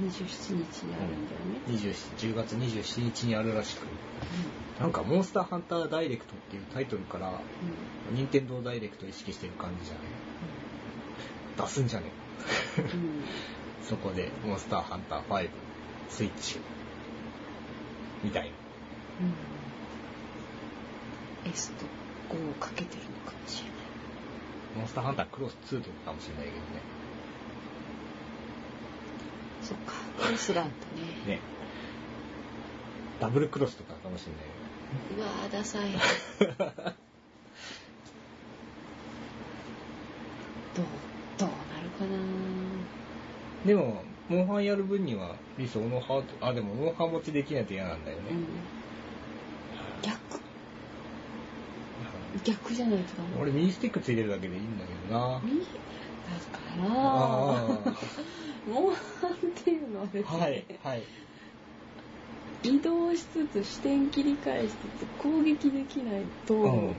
[SPEAKER 2] 27日にあるんだよね。
[SPEAKER 1] 27 10月27日にあるらしく、なんかモンスターハンターダイレクトっていうタイトルから、
[SPEAKER 2] うん。うん
[SPEAKER 1] 任天堂ダイレクト意識してる感じじゃね出すんじゃね *laughs*
[SPEAKER 2] うん
[SPEAKER 1] そこで、モンスターハンター5、スイッチ、みたいな。
[SPEAKER 2] うん、S と5をかけてるのかもしれない
[SPEAKER 1] モンスターハンタークロス2とかもしれないけど
[SPEAKER 2] そっかクロスだったね
[SPEAKER 1] ね。ね。ダブルクロスとかかもしれないう
[SPEAKER 2] わー
[SPEAKER 1] *laughs*
[SPEAKER 2] ダサいどうどうなるかな
[SPEAKER 1] けど。でも、モンハンやる分には理想のハート、あ、でもモンハン持ちできないと嫌なんだよ
[SPEAKER 2] うん
[SPEAKER 1] ね。
[SPEAKER 2] 逆逆じゃないとダメ
[SPEAKER 1] 俺ミニスティックついてるだけでいいんだけどな。
[SPEAKER 2] 右だか
[SPEAKER 1] あ
[SPEAKER 2] ら、モンハンっていうのはですね、
[SPEAKER 1] はいはい
[SPEAKER 2] 移動しつつ視点切り返しつつ攻撃できないと、
[SPEAKER 1] うん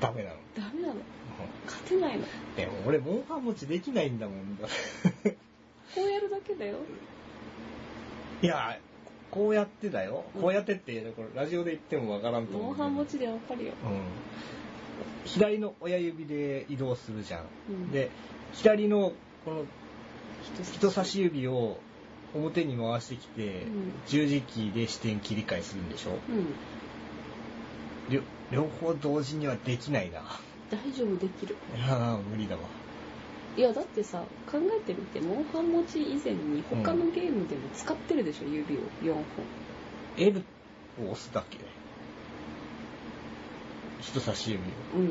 [SPEAKER 1] ダメなの
[SPEAKER 2] ダメなの
[SPEAKER 1] う
[SPEAKER 2] 勝てないのこ
[SPEAKER 1] んでも俺モンハン持ちできないんだもん
[SPEAKER 2] うやるだけだよ
[SPEAKER 1] いやこうやってだよこうやってってこれラジオで言ってもわからんと思う
[SPEAKER 2] モン
[SPEAKER 1] けど
[SPEAKER 2] ハン持ちでわかるよ、
[SPEAKER 1] うん左の親指で移動するじゃん、
[SPEAKER 2] うん
[SPEAKER 1] で左のこの
[SPEAKER 2] 人
[SPEAKER 1] 人差し指を表に回してきて、
[SPEAKER 2] うん
[SPEAKER 1] 十字キーで視点切り替えするんでしょ
[SPEAKER 2] うん
[SPEAKER 1] 両両方同時にはできないな
[SPEAKER 2] 大丈夫できる
[SPEAKER 1] いやー無理だわ
[SPEAKER 2] いやだってさ考えてみてモンハン持ち以前に他のゲームでも使ってるでしょ、指を4本
[SPEAKER 1] L を押すだけ人差し指を
[SPEAKER 2] うん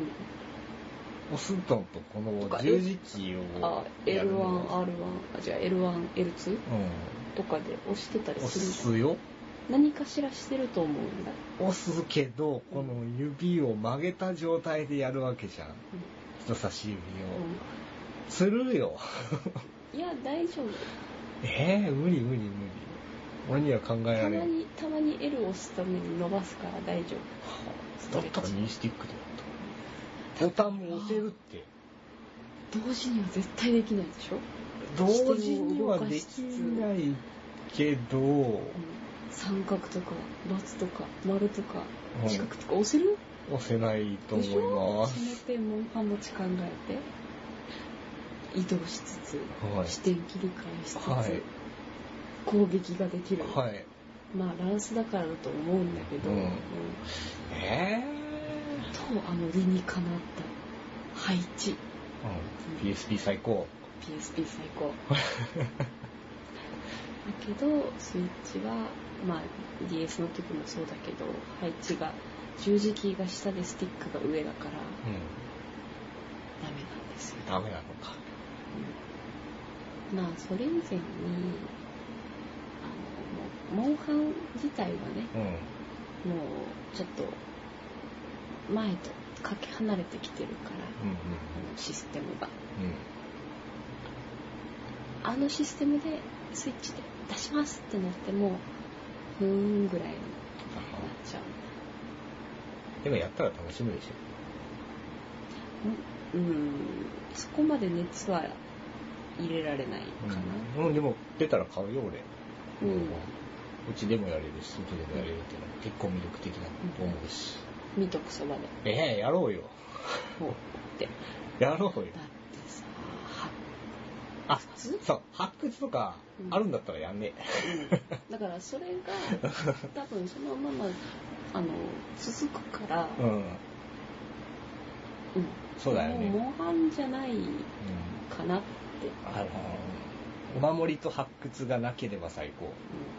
[SPEAKER 1] 押すのとこ
[SPEAKER 2] とか
[SPEAKER 1] の十字キー
[SPEAKER 2] あ
[SPEAKER 1] をやるの
[SPEAKER 2] L1R1 あじゃあ L1L2
[SPEAKER 1] うん
[SPEAKER 2] とかで押してたり
[SPEAKER 1] 押
[SPEAKER 2] する
[SPEAKER 1] すよ
[SPEAKER 2] 何かしらしてると思うんだ、
[SPEAKER 1] 押すけどこの指を曲げた状態でやるわけじゃん人差し指を
[SPEAKER 2] う
[SPEAKER 1] つるよ
[SPEAKER 2] ん、いや大丈夫
[SPEAKER 1] えー、無理無理無理俺には考え
[SPEAKER 2] た
[SPEAKER 1] られ
[SPEAKER 2] ま
[SPEAKER 1] ない
[SPEAKER 2] にたまに L を押すために伸ばすから大丈
[SPEAKER 1] だったらミニスティックでやったボタンも押せるって
[SPEAKER 2] 夫同時には絶対できないでしょ、
[SPEAKER 1] 同時にはできないけど、
[SPEAKER 2] うん三角とか×とか丸とか
[SPEAKER 1] うん
[SPEAKER 2] 四角とか押せる
[SPEAKER 1] 押せないと思
[SPEAKER 2] でしょ
[SPEAKER 1] いま
[SPEAKER 2] せめ
[SPEAKER 1] す
[SPEAKER 2] てモンハン持ち考えて移動しつつ、
[SPEAKER 1] はい
[SPEAKER 2] 視点切り替えしつつ、
[SPEAKER 1] はい
[SPEAKER 2] 攻撃ができる、
[SPEAKER 1] はい
[SPEAKER 2] まあランスだからだと思うんだけど、
[SPEAKER 1] うん
[SPEAKER 2] うん
[SPEAKER 1] え
[SPEAKER 2] とあの理にかなった配置
[SPEAKER 1] ー、うん、PSP 最高
[SPEAKER 2] PSP 最
[SPEAKER 1] *laughs*
[SPEAKER 2] 高だけどスイッチはまあ DS の時もそうだけど配置が十字キーが下でスティックが上だから
[SPEAKER 1] うん
[SPEAKER 2] ダメなんですよ、
[SPEAKER 1] ダメなのか
[SPEAKER 2] うんまあそれ以前にあのもうモンハン自体はね
[SPEAKER 1] うん
[SPEAKER 2] もうちょっと前とかけ離れてきてるから
[SPEAKER 1] うん
[SPEAKER 2] あのシステムが
[SPEAKER 1] うんうん
[SPEAKER 2] あのシステムでスイッチで出しますってなってもふーんぐらいになっちゃ
[SPEAKER 1] でもやったら楽しむでしょ
[SPEAKER 2] ううんうんそこまで熱は入れられないかな、
[SPEAKER 1] うん、でも出たら買うよ俺
[SPEAKER 2] うん
[SPEAKER 1] うちでもやれるし外でもやれるっていうのは結構魅力的だと思うし、
[SPEAKER 2] 見とくそばで
[SPEAKER 1] ええやろうよ
[SPEAKER 2] ほうってだ
[SPEAKER 1] やろうよ
[SPEAKER 2] ってさ
[SPEAKER 1] あ
[SPEAKER 2] 発掘
[SPEAKER 1] そう発掘とかあるんだったらやんね
[SPEAKER 2] だからそれが
[SPEAKER 1] *laughs*
[SPEAKER 2] 多分そのままあの続くから、
[SPEAKER 1] えうん、
[SPEAKER 2] うん
[SPEAKER 1] そうだよね
[SPEAKER 2] もうモンハンじゃないかなって、
[SPEAKER 1] あのお守りと発掘がなければ最高
[SPEAKER 2] うん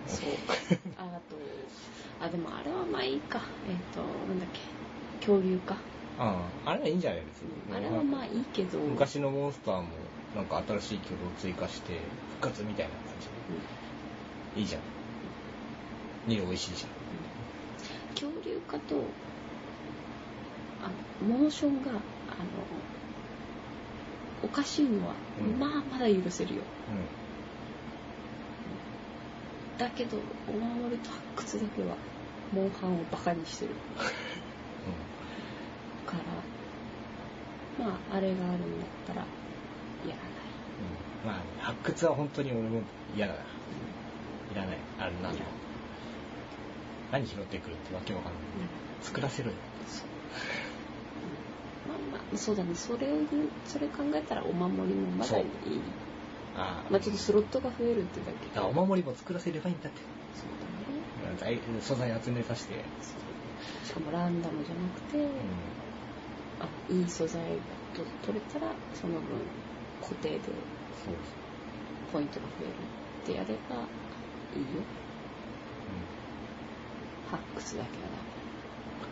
[SPEAKER 2] そう
[SPEAKER 1] *laughs*
[SPEAKER 2] あとあでもあれはまあいいかえっ、となんだっけ恐竜か、
[SPEAKER 1] うんあれはいいんじゃないです
[SPEAKER 2] あれはまあいいけど
[SPEAKER 1] 昔のモンスターもなんか新しい曲を追加して復活みたいな感じいいじゃん見る美味しいじ
[SPEAKER 2] 恐竜化とあのモーションがあのおかしいのは、
[SPEAKER 1] うん
[SPEAKER 2] まあまだ許せるよ
[SPEAKER 1] ゃんうん
[SPEAKER 2] だけどお守りと発掘だけはモンハンをバカにしてるからまああれがあるんだったらやらな
[SPEAKER 1] うんまあ発掘は本当に俺も嫌だないらないあれなん
[SPEAKER 2] い
[SPEAKER 1] だ何拾ってくるってわけわかんない
[SPEAKER 2] うん
[SPEAKER 1] 作らせろよ
[SPEAKER 2] そうまあまあそうだねそれをそれ考えたらお守りもまだいい
[SPEAKER 1] あ
[SPEAKER 2] まあちょっとスロットが増えるってだけ
[SPEAKER 1] あお守りも作らせればいいんだって
[SPEAKER 2] そうだね
[SPEAKER 1] 材素材集めさせて、
[SPEAKER 2] そうしかもランダムじゃなくて、
[SPEAKER 1] う
[SPEAKER 2] あいい素材がと取れたらその分固定で
[SPEAKER 1] ん、そう
[SPEAKER 2] ポイントが増えるってやればいいよ発掘だけは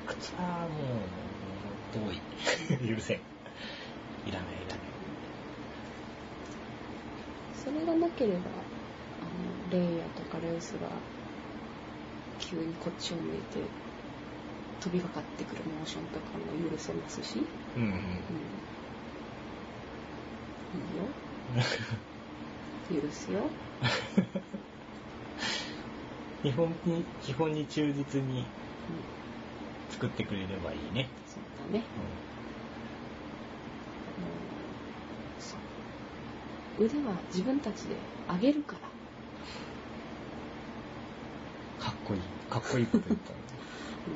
[SPEAKER 1] 発掘はもう遠い許せんいらないいらない
[SPEAKER 2] ダメそれがなければあのレイヤーとかレウスが急にこっちを向いて飛びかかってくるモーションとかも許せますし、
[SPEAKER 1] うんうん
[SPEAKER 2] うんいいよ。許すよ。
[SPEAKER 1] 日本に、基本に忠実に
[SPEAKER 2] うん
[SPEAKER 1] 作ってくれればいいね。
[SPEAKER 2] そうだね。
[SPEAKER 1] う
[SPEAKER 2] うんそう腕は自分たちで上げるから。
[SPEAKER 1] んかっこいい。かっこいいこと言ったね。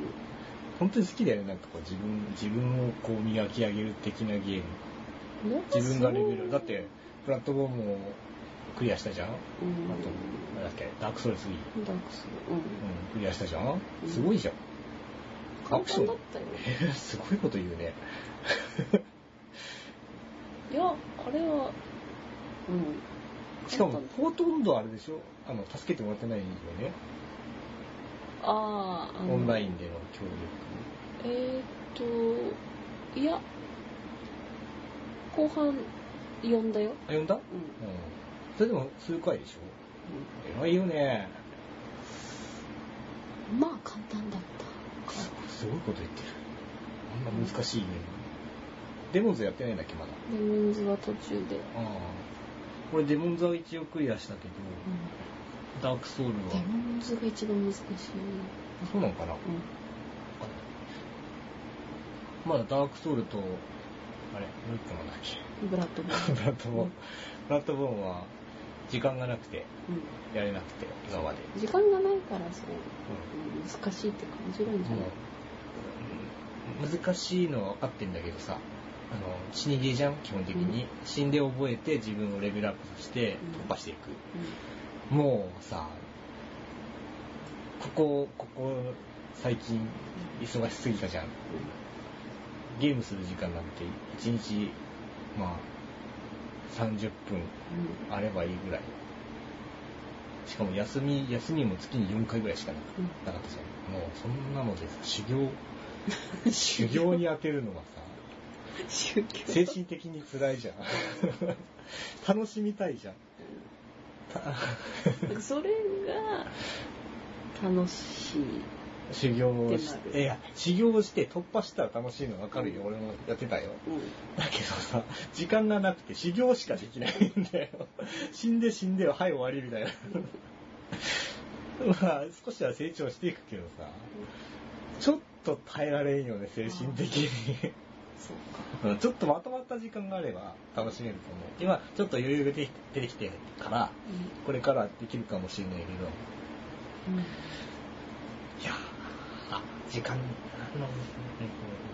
[SPEAKER 1] *laughs* 本当に好きだよね。なんかこう自分、自分をこう磨き上げる的なゲーム。
[SPEAKER 2] うん
[SPEAKER 1] 自分がレベル。だっ。
[SPEAKER 2] やぱ
[SPEAKER 1] て、プラットフォームをクリアしたじゃんあ
[SPEAKER 2] そううん。
[SPEAKER 1] と、なんだっけ、ダークソウル3。う
[SPEAKER 2] ダークスうん。
[SPEAKER 1] ん、クリアしたじゃん
[SPEAKER 2] うん
[SPEAKER 1] すごいじゃん。ア
[SPEAKER 2] 簡
[SPEAKER 1] クショ
[SPEAKER 2] 単
[SPEAKER 1] ン
[SPEAKER 2] だったよ。
[SPEAKER 1] えーすごいこと言うね。
[SPEAKER 2] いや、あれは、うん。
[SPEAKER 1] しか
[SPEAKER 2] 簡
[SPEAKER 1] も
[SPEAKER 2] 単、
[SPEAKER 1] ほとんどあれでしょあの、助けてもらってないよね。
[SPEAKER 2] ああ、あの
[SPEAKER 1] オンラインでの協
[SPEAKER 2] えーっと、いや、後半呼んだよ。
[SPEAKER 1] 力。あ、呼んだ
[SPEAKER 2] うん。うん
[SPEAKER 1] うん。それでも数回でしょ偉いよね。
[SPEAKER 2] まあ簡単だった。
[SPEAKER 1] すごいこと言ってる。あんな難しいね。デモンズやってないんだっけ、まだ。
[SPEAKER 2] で、メンズは途中で。
[SPEAKER 1] ああ。俺デモンズは一応クリアしたけど、
[SPEAKER 2] う
[SPEAKER 1] ダークソウル
[SPEAKER 2] ん、デ
[SPEAKER 1] は。
[SPEAKER 2] モンズが一番難しい。
[SPEAKER 1] そうなのかな
[SPEAKER 2] う
[SPEAKER 1] まだダークソウルと、あれ、もう一個なんだっけ。
[SPEAKER 2] ん。ブラッドマン。 *laughs*
[SPEAKER 1] プラットフォーム、プラットフォームは時間がなくて、
[SPEAKER 2] う
[SPEAKER 1] やれなくて、今まで。
[SPEAKER 2] ん。時間がないから、そう、
[SPEAKER 1] う
[SPEAKER 2] うん難しいって感じるんじゃ
[SPEAKER 1] ん。
[SPEAKER 2] ない
[SPEAKER 1] もううん難しいのは分かってんだけどさ、あの、死にゲーじゃん、基本的に。死んで覚えて自分をレベルアップして
[SPEAKER 2] うん
[SPEAKER 1] 突破していく。もうさ、ここ、ここ、最近、忙しすぎたじゃん。ゲームする時間なんて、1日、まあ、30分
[SPEAKER 2] うん。うん。
[SPEAKER 1] あればいいぐらい。しかも休み、休みも月に4回ぐらいしかなか
[SPEAKER 2] うん
[SPEAKER 1] なかったじゃん。もうそんなのでさ、修行、修行に当てるのはさ、
[SPEAKER 2] 宗教。
[SPEAKER 1] 精神的に辛いじゃん。 *laughs* 楽しみたいじゃん。た
[SPEAKER 2] それが、楽しい。
[SPEAKER 1] 修行をし
[SPEAKER 2] ってな
[SPEAKER 1] て、
[SPEAKER 2] る
[SPEAKER 1] いや、修行をして突破したら楽しいの分かるよ。俺もやってたよ。
[SPEAKER 2] う
[SPEAKER 1] だけどさ、時間がなくて修行しかできないんだよ。死んで死んでは、はい終わりみたいな。まあ、少しは成長していくけどさ、ちょっと耐えられんよね、精神的に。
[SPEAKER 2] ん。そうか。
[SPEAKER 1] うん *laughs* ちょっとまとまった時間があれば楽しめると思う。今、ちょっと余裕が出てきてから、これからできるかもしれないけど、
[SPEAKER 2] うん。
[SPEAKER 1] いやーあ、時間、あの、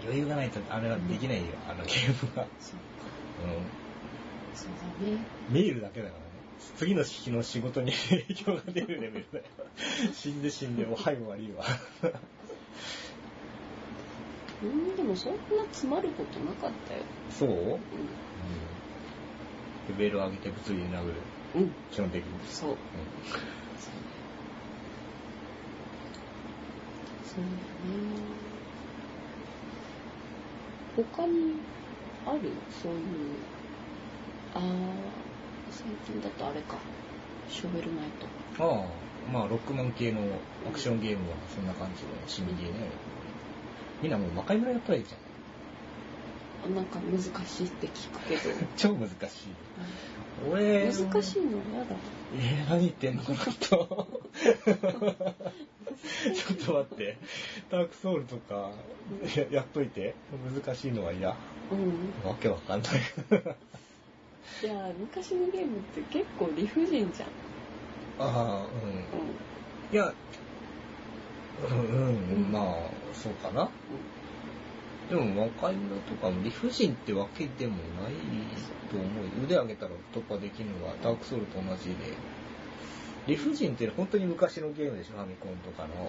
[SPEAKER 1] 余裕がないとあれはできないよ、あのゲームは。
[SPEAKER 2] そう
[SPEAKER 1] うん
[SPEAKER 2] そうだね。
[SPEAKER 1] メールだけだからね。次の日の仕事に影響が出るレベル *laughs* だよ。死んで死んで、おはいも悪いわ。
[SPEAKER 2] うん、でもそんな詰まることなかったよ。
[SPEAKER 1] そう、レベル上げて物理で殴る。
[SPEAKER 2] うん。うん。
[SPEAKER 1] 基本的に。
[SPEAKER 2] そう。
[SPEAKER 1] う
[SPEAKER 2] そうだね。他にあるそういう。あー、最近だとあれか。ショベルナイト。
[SPEAKER 1] んああ、まあ、ロックマン系のアクションゲームはそんな感じの趣味ゲーね。みんなもう魔界村やったらいいじゃん。
[SPEAKER 2] あなんか難しいって聞くけど。
[SPEAKER 1] 超難しい。俺、
[SPEAKER 2] 難しい
[SPEAKER 1] い。
[SPEAKER 2] の嫌だ。
[SPEAKER 1] えー、何言ってんのこの人。 *laughs* ちょっと待って。ダークソウルとか、ややっといて。難しいのは嫌。
[SPEAKER 2] うん。
[SPEAKER 1] わけわかんない。 *laughs*
[SPEAKER 2] いやー、昔のゲームって結構理不尽じゃん。
[SPEAKER 1] ああ、
[SPEAKER 2] う。
[SPEAKER 1] うんん。いや、うん、うん、まあ、そうかな。でも、若いのとかも理不尽ってわけでもないと思う。腕上げたら突破できるのはダークソウルと同じで。理不尽って本当に昔のゲームでしょ、ファミコンとかの。
[SPEAKER 2] う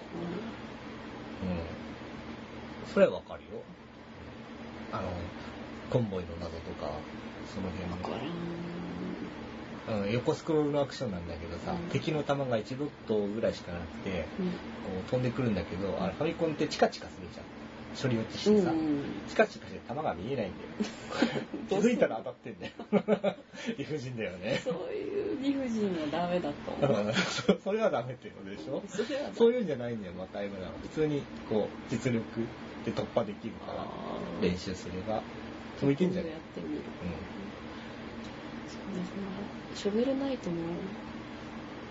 [SPEAKER 1] うん。それはわかるよ。あの、コンボイの謎とか、その
[SPEAKER 2] ん。わ
[SPEAKER 1] 辺
[SPEAKER 2] か
[SPEAKER 1] の
[SPEAKER 2] らん。
[SPEAKER 1] うん、横スクロールのアクションなんだけどさ、
[SPEAKER 2] うん
[SPEAKER 1] 敵の弾が1ドットぐらいしかなくて、
[SPEAKER 2] うん。
[SPEAKER 1] こう飛んでくるんだけど、あれファミコンってチカチカするじゃん。処理落ちしてさ、
[SPEAKER 2] うん。
[SPEAKER 1] チカチカして弾が見えないんだよ気
[SPEAKER 2] *laughs*
[SPEAKER 1] づいたら当たってんだよ。理不尽だよね。
[SPEAKER 2] そういう理不尽はダメだと
[SPEAKER 1] う
[SPEAKER 2] 思う。
[SPEAKER 1] んそそれはダメってことでしょ
[SPEAKER 2] それはダメ
[SPEAKER 1] そういうんじゃないんだよ、魔界村は。普通に、こう、実力で突破できるから、
[SPEAKER 2] あー
[SPEAKER 1] 練習すれば、そういけんじゃない
[SPEAKER 2] 今度やってみる。
[SPEAKER 1] うん。
[SPEAKER 2] だからショベルナイトも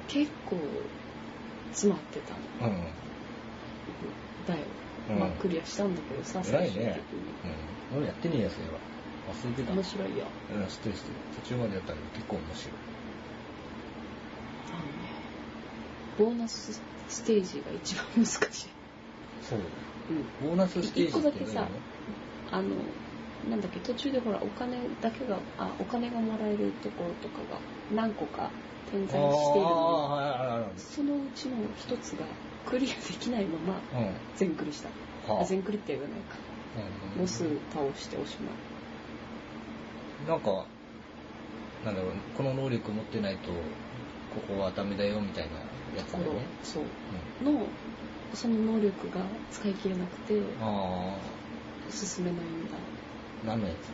[SPEAKER 2] 結構詰まってたの
[SPEAKER 1] うん
[SPEAKER 2] だよ、
[SPEAKER 1] うん
[SPEAKER 2] まあクリアしたんだけどさ
[SPEAKER 1] 偉い
[SPEAKER 2] 的に、
[SPEAKER 1] ねうん俺やってねえやつやわ忘れてた
[SPEAKER 2] 面白いよ
[SPEAKER 1] うん知ってる知ってる途中までやったけど結構面白い
[SPEAKER 2] あのねボーナスステージが一番難しい、
[SPEAKER 1] そう
[SPEAKER 2] うん、
[SPEAKER 1] ボーナスステージって
[SPEAKER 2] 一個だけ
[SPEAKER 1] 何
[SPEAKER 2] さあのなんだっけ途中でほらお金だけがあお金がもらえるところとかが何個か点在しているの
[SPEAKER 1] あー
[SPEAKER 2] そのうちの一つがクリアできないまま
[SPEAKER 1] はいはいはいうん
[SPEAKER 2] 全クリした
[SPEAKER 1] はあ
[SPEAKER 2] 全クリって言わないか
[SPEAKER 1] うん
[SPEAKER 2] ボス倒しておしまい
[SPEAKER 1] なんかなんだろうこの能力持ってないとここはダメだよみたいなやつ
[SPEAKER 2] と
[SPEAKER 1] だ
[SPEAKER 2] こ
[SPEAKER 1] よ
[SPEAKER 2] ろ
[SPEAKER 1] ね、
[SPEAKER 2] そうのその能力が使い切れなくて
[SPEAKER 1] うん、あ
[SPEAKER 2] 進めないんだ
[SPEAKER 1] あ何のやつ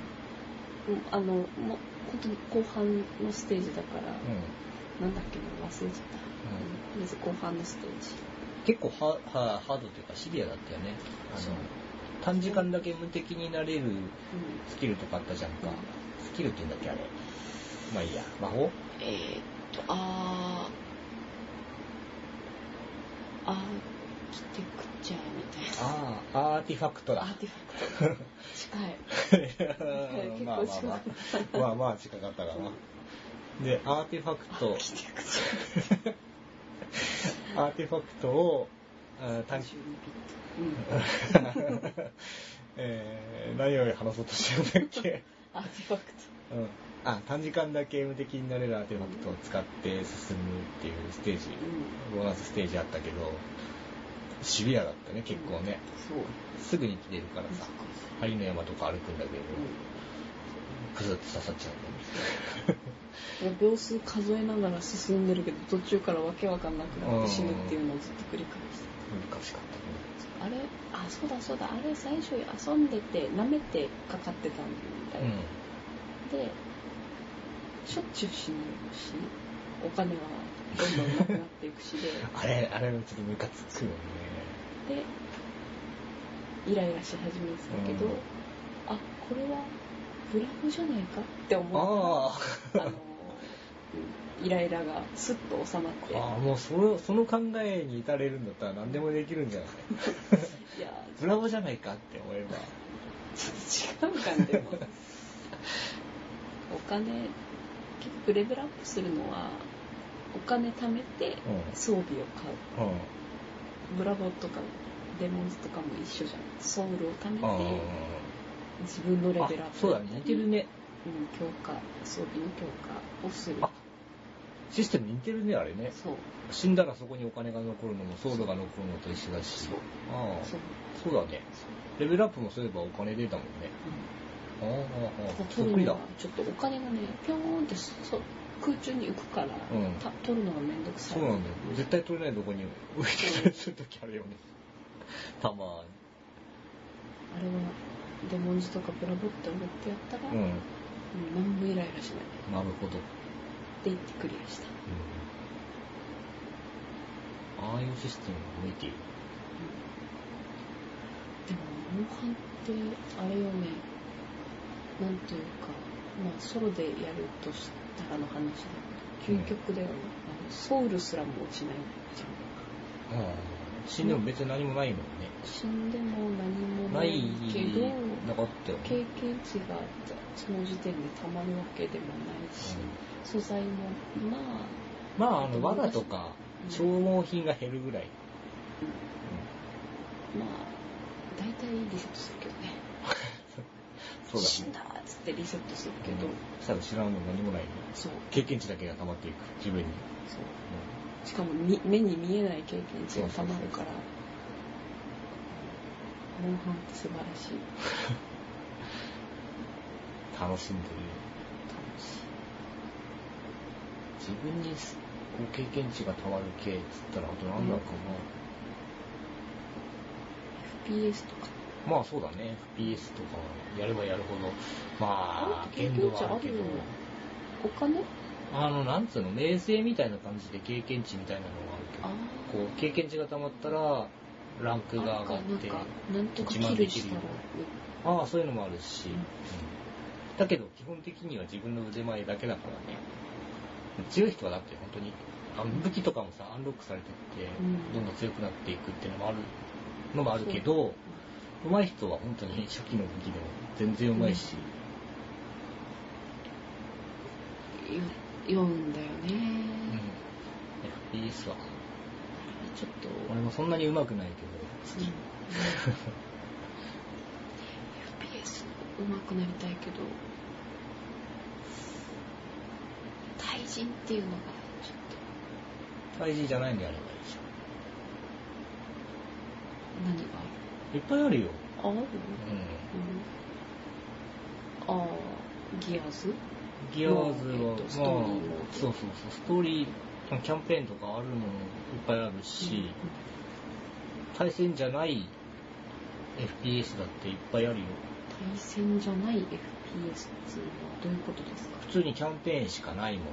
[SPEAKER 2] うんあのもう本当に後半のステージだか
[SPEAKER 1] う
[SPEAKER 2] ら、
[SPEAKER 1] ん、
[SPEAKER 2] なんだっけな忘れちゃっ
[SPEAKER 1] うん
[SPEAKER 2] た、とりあえず後半のステージ
[SPEAKER 1] 結構ハハハードというかシビアだったよねあ
[SPEAKER 2] そう
[SPEAKER 1] の短時間だけ無敵になれる
[SPEAKER 2] うん
[SPEAKER 1] スキルとかあったじゃんかスキルって言うんだっけあれまあいいや魔法
[SPEAKER 2] えーっと、あー、アーキテクチャーみたいな。
[SPEAKER 1] ああアーティファクト
[SPEAKER 2] ア
[SPEAKER 1] だ
[SPEAKER 2] ーティフ
[SPEAKER 1] *laughs*
[SPEAKER 2] ァクト。近い。
[SPEAKER 1] うん *laughs* まあまあまあ、まあまあ近かったかな。で、アーティファク
[SPEAKER 2] ア
[SPEAKER 1] ト
[SPEAKER 2] ー、キテクチ
[SPEAKER 1] アーティファクトを、あ
[SPEAKER 2] ャー。
[SPEAKER 1] 短期 *laughs*
[SPEAKER 2] 32ビット。うん。
[SPEAKER 1] えー何を話そうとしてるんだっけ、
[SPEAKER 2] アーティファク
[SPEAKER 1] うん、あ、短時間だけ無敵になれるアーティファクトを使って進むっていうステージ、
[SPEAKER 2] ト。うん。
[SPEAKER 1] ボーナスステージあったけど、シビアだったね、結構ね。
[SPEAKER 2] そう。
[SPEAKER 1] すぐに切れるから
[SPEAKER 2] 難しい
[SPEAKER 1] さ、針の山とか歩くんだけど、クスッと刺さっちゃうんだよね。
[SPEAKER 2] うん。秒数数えながら進んでるけど、途中からわけわかんなくなって死ぬっていうのをずっと繰り返して
[SPEAKER 1] 難しかったね。
[SPEAKER 2] あれあ、そうだそうだ、あれ最初遊んでて、舐めてかかってたんだよ。
[SPEAKER 1] う
[SPEAKER 2] でしょっちゅう死ぬしお金はどんどんなくなっていくしで
[SPEAKER 1] ん、あれあれはちょっとムカつくよね
[SPEAKER 2] でイライラし始めてたけど、
[SPEAKER 1] うん
[SPEAKER 2] あこれはブラフじゃないかって思っ
[SPEAKER 1] あ
[SPEAKER 2] たあの *laughs* うんイライラがスッと収まって
[SPEAKER 1] ああもうそのその考えに至れるんだったら何でもできるんじゃない
[SPEAKER 2] いや
[SPEAKER 1] ブラボーじゃないかって思えば
[SPEAKER 2] ちょっと違う感じも
[SPEAKER 1] *laughs*
[SPEAKER 2] お金結局レベルアップするのはお金貯めて装備を買
[SPEAKER 1] う
[SPEAKER 2] う、
[SPEAKER 1] んうん
[SPEAKER 2] ブラボーとかデモンズとかも一緒じゃんソウルを貯め
[SPEAKER 1] あ
[SPEAKER 2] て自分のレベルアッ
[SPEAKER 1] あ
[SPEAKER 2] プ
[SPEAKER 1] そうだね似てるね
[SPEAKER 2] うん強化装備の強化をする
[SPEAKER 1] あシステム似てるねあれね
[SPEAKER 2] そう
[SPEAKER 1] 死んだらそこにお金が残るのもソウルが残るのと一緒だし
[SPEAKER 2] そう
[SPEAKER 1] ああ
[SPEAKER 2] そう、
[SPEAKER 1] そうだねレベルアップもそういえばお金出たもんねああああああそっく
[SPEAKER 2] 取
[SPEAKER 1] り
[SPEAKER 2] るの
[SPEAKER 1] だ
[SPEAKER 2] がちょっとお金がねピョーンってそ空中に浮くから、
[SPEAKER 1] うん
[SPEAKER 2] た取るのがめんどくさい
[SPEAKER 1] そうなんだよ。絶対取れないとこに浮いてたりするときあ
[SPEAKER 2] *laughs*
[SPEAKER 1] るよね。たま
[SPEAKER 2] あれはデモンズとかブラボーって思ってやったら、
[SPEAKER 1] に。
[SPEAKER 2] うん、
[SPEAKER 1] ん。
[SPEAKER 2] 何もイライラしな
[SPEAKER 1] な
[SPEAKER 2] い
[SPEAKER 1] るほど。
[SPEAKER 2] で行ってクリアした、
[SPEAKER 1] ああいうシステムが向いている。
[SPEAKER 2] でも、モンハンって、あれよね、なんというか、まあ、ソロでやるとしたらの話だけど、究極だよね、あのソウルすらも落ちないじゃん。
[SPEAKER 1] 死んでも別に何もないもんね。
[SPEAKER 2] 死んでも何もな
[SPEAKER 1] ないい
[SPEAKER 2] けど、
[SPEAKER 1] なかったよね。
[SPEAKER 2] 経験値がその時点でたまるわけでもないし、素材も、まあ、
[SPEAKER 1] うんまあ、あの、罠とか、
[SPEAKER 2] うん
[SPEAKER 1] 消耗品が減るぐらい。
[SPEAKER 2] まあ、大体リセットするけどね。
[SPEAKER 1] そうだ
[SPEAKER 2] 死ん
[SPEAKER 1] ね。
[SPEAKER 2] だっつってリセットするけ
[SPEAKER 1] け
[SPEAKER 2] ど、
[SPEAKER 1] ど、したら知らんの何もないね。
[SPEAKER 2] そう、
[SPEAKER 1] 経験値だけが溜まっていく、自分に。
[SPEAKER 2] そう。しかもみ目に見えない経験値がたまるからモンハンって素晴らしい
[SPEAKER 1] うん楽しんでる。
[SPEAKER 2] 楽し
[SPEAKER 1] 自分にすこう経験値がたまる系っつったらあと何だろうか
[SPEAKER 2] い FPS とか
[SPEAKER 1] な、まあそうだね FPS とかやればやるほどまあ
[SPEAKER 2] あれって
[SPEAKER 1] 限
[SPEAKER 2] 経験
[SPEAKER 1] 度
[SPEAKER 2] 値
[SPEAKER 1] はあるけど
[SPEAKER 2] あるよお金
[SPEAKER 1] あのなんつうの名声みたいな感じで経験値みたいなのがあ
[SPEAKER 2] あ
[SPEAKER 1] る
[SPEAKER 2] あ
[SPEAKER 1] けどこう経験値がたまったらランクが上がっ
[SPEAKER 2] なん
[SPEAKER 1] て
[SPEAKER 2] かなんとかキルしたら
[SPEAKER 1] ああそういうのもあるし、
[SPEAKER 2] うん
[SPEAKER 1] だけど基本的には自分の腕前だけだからね強い人はだって本当にあの武器とかもさアンロックされてって
[SPEAKER 2] うん
[SPEAKER 1] どんどん強くなっていくっていうのもあるのもあるけど上手い人は本当に *laughs* 初期の武器でも全然上手いし、
[SPEAKER 2] よ酔うんだよね、
[SPEAKER 1] うん FPS は
[SPEAKER 2] ちょっと、
[SPEAKER 1] 俺もそんなに上手くないけど
[SPEAKER 2] うん FPS 上手くなりたいけど対人っていうのがちょっと
[SPEAKER 1] 体重じゃないのやればいいじ
[SPEAKER 2] 何が
[SPEAKER 1] ゃんいっぱいあるよ
[SPEAKER 2] ある
[SPEAKER 1] うん
[SPEAKER 2] ある、うん、あーギアーズ
[SPEAKER 1] ギアーズ
[SPEAKER 2] も
[SPEAKER 1] は、
[SPEAKER 2] うえっとスト
[SPEAKER 1] まあ
[SPEAKER 2] ーリーも、
[SPEAKER 1] そうそうそう、ストーリー、キャンペーンとかあるのもいっぱいあるし、対戦じゃない FPS だっていっぱいあるよ。
[SPEAKER 2] 対戦じゃない FPS っていうのはどういうことですか
[SPEAKER 1] 普通にキャンペーンしかないもの。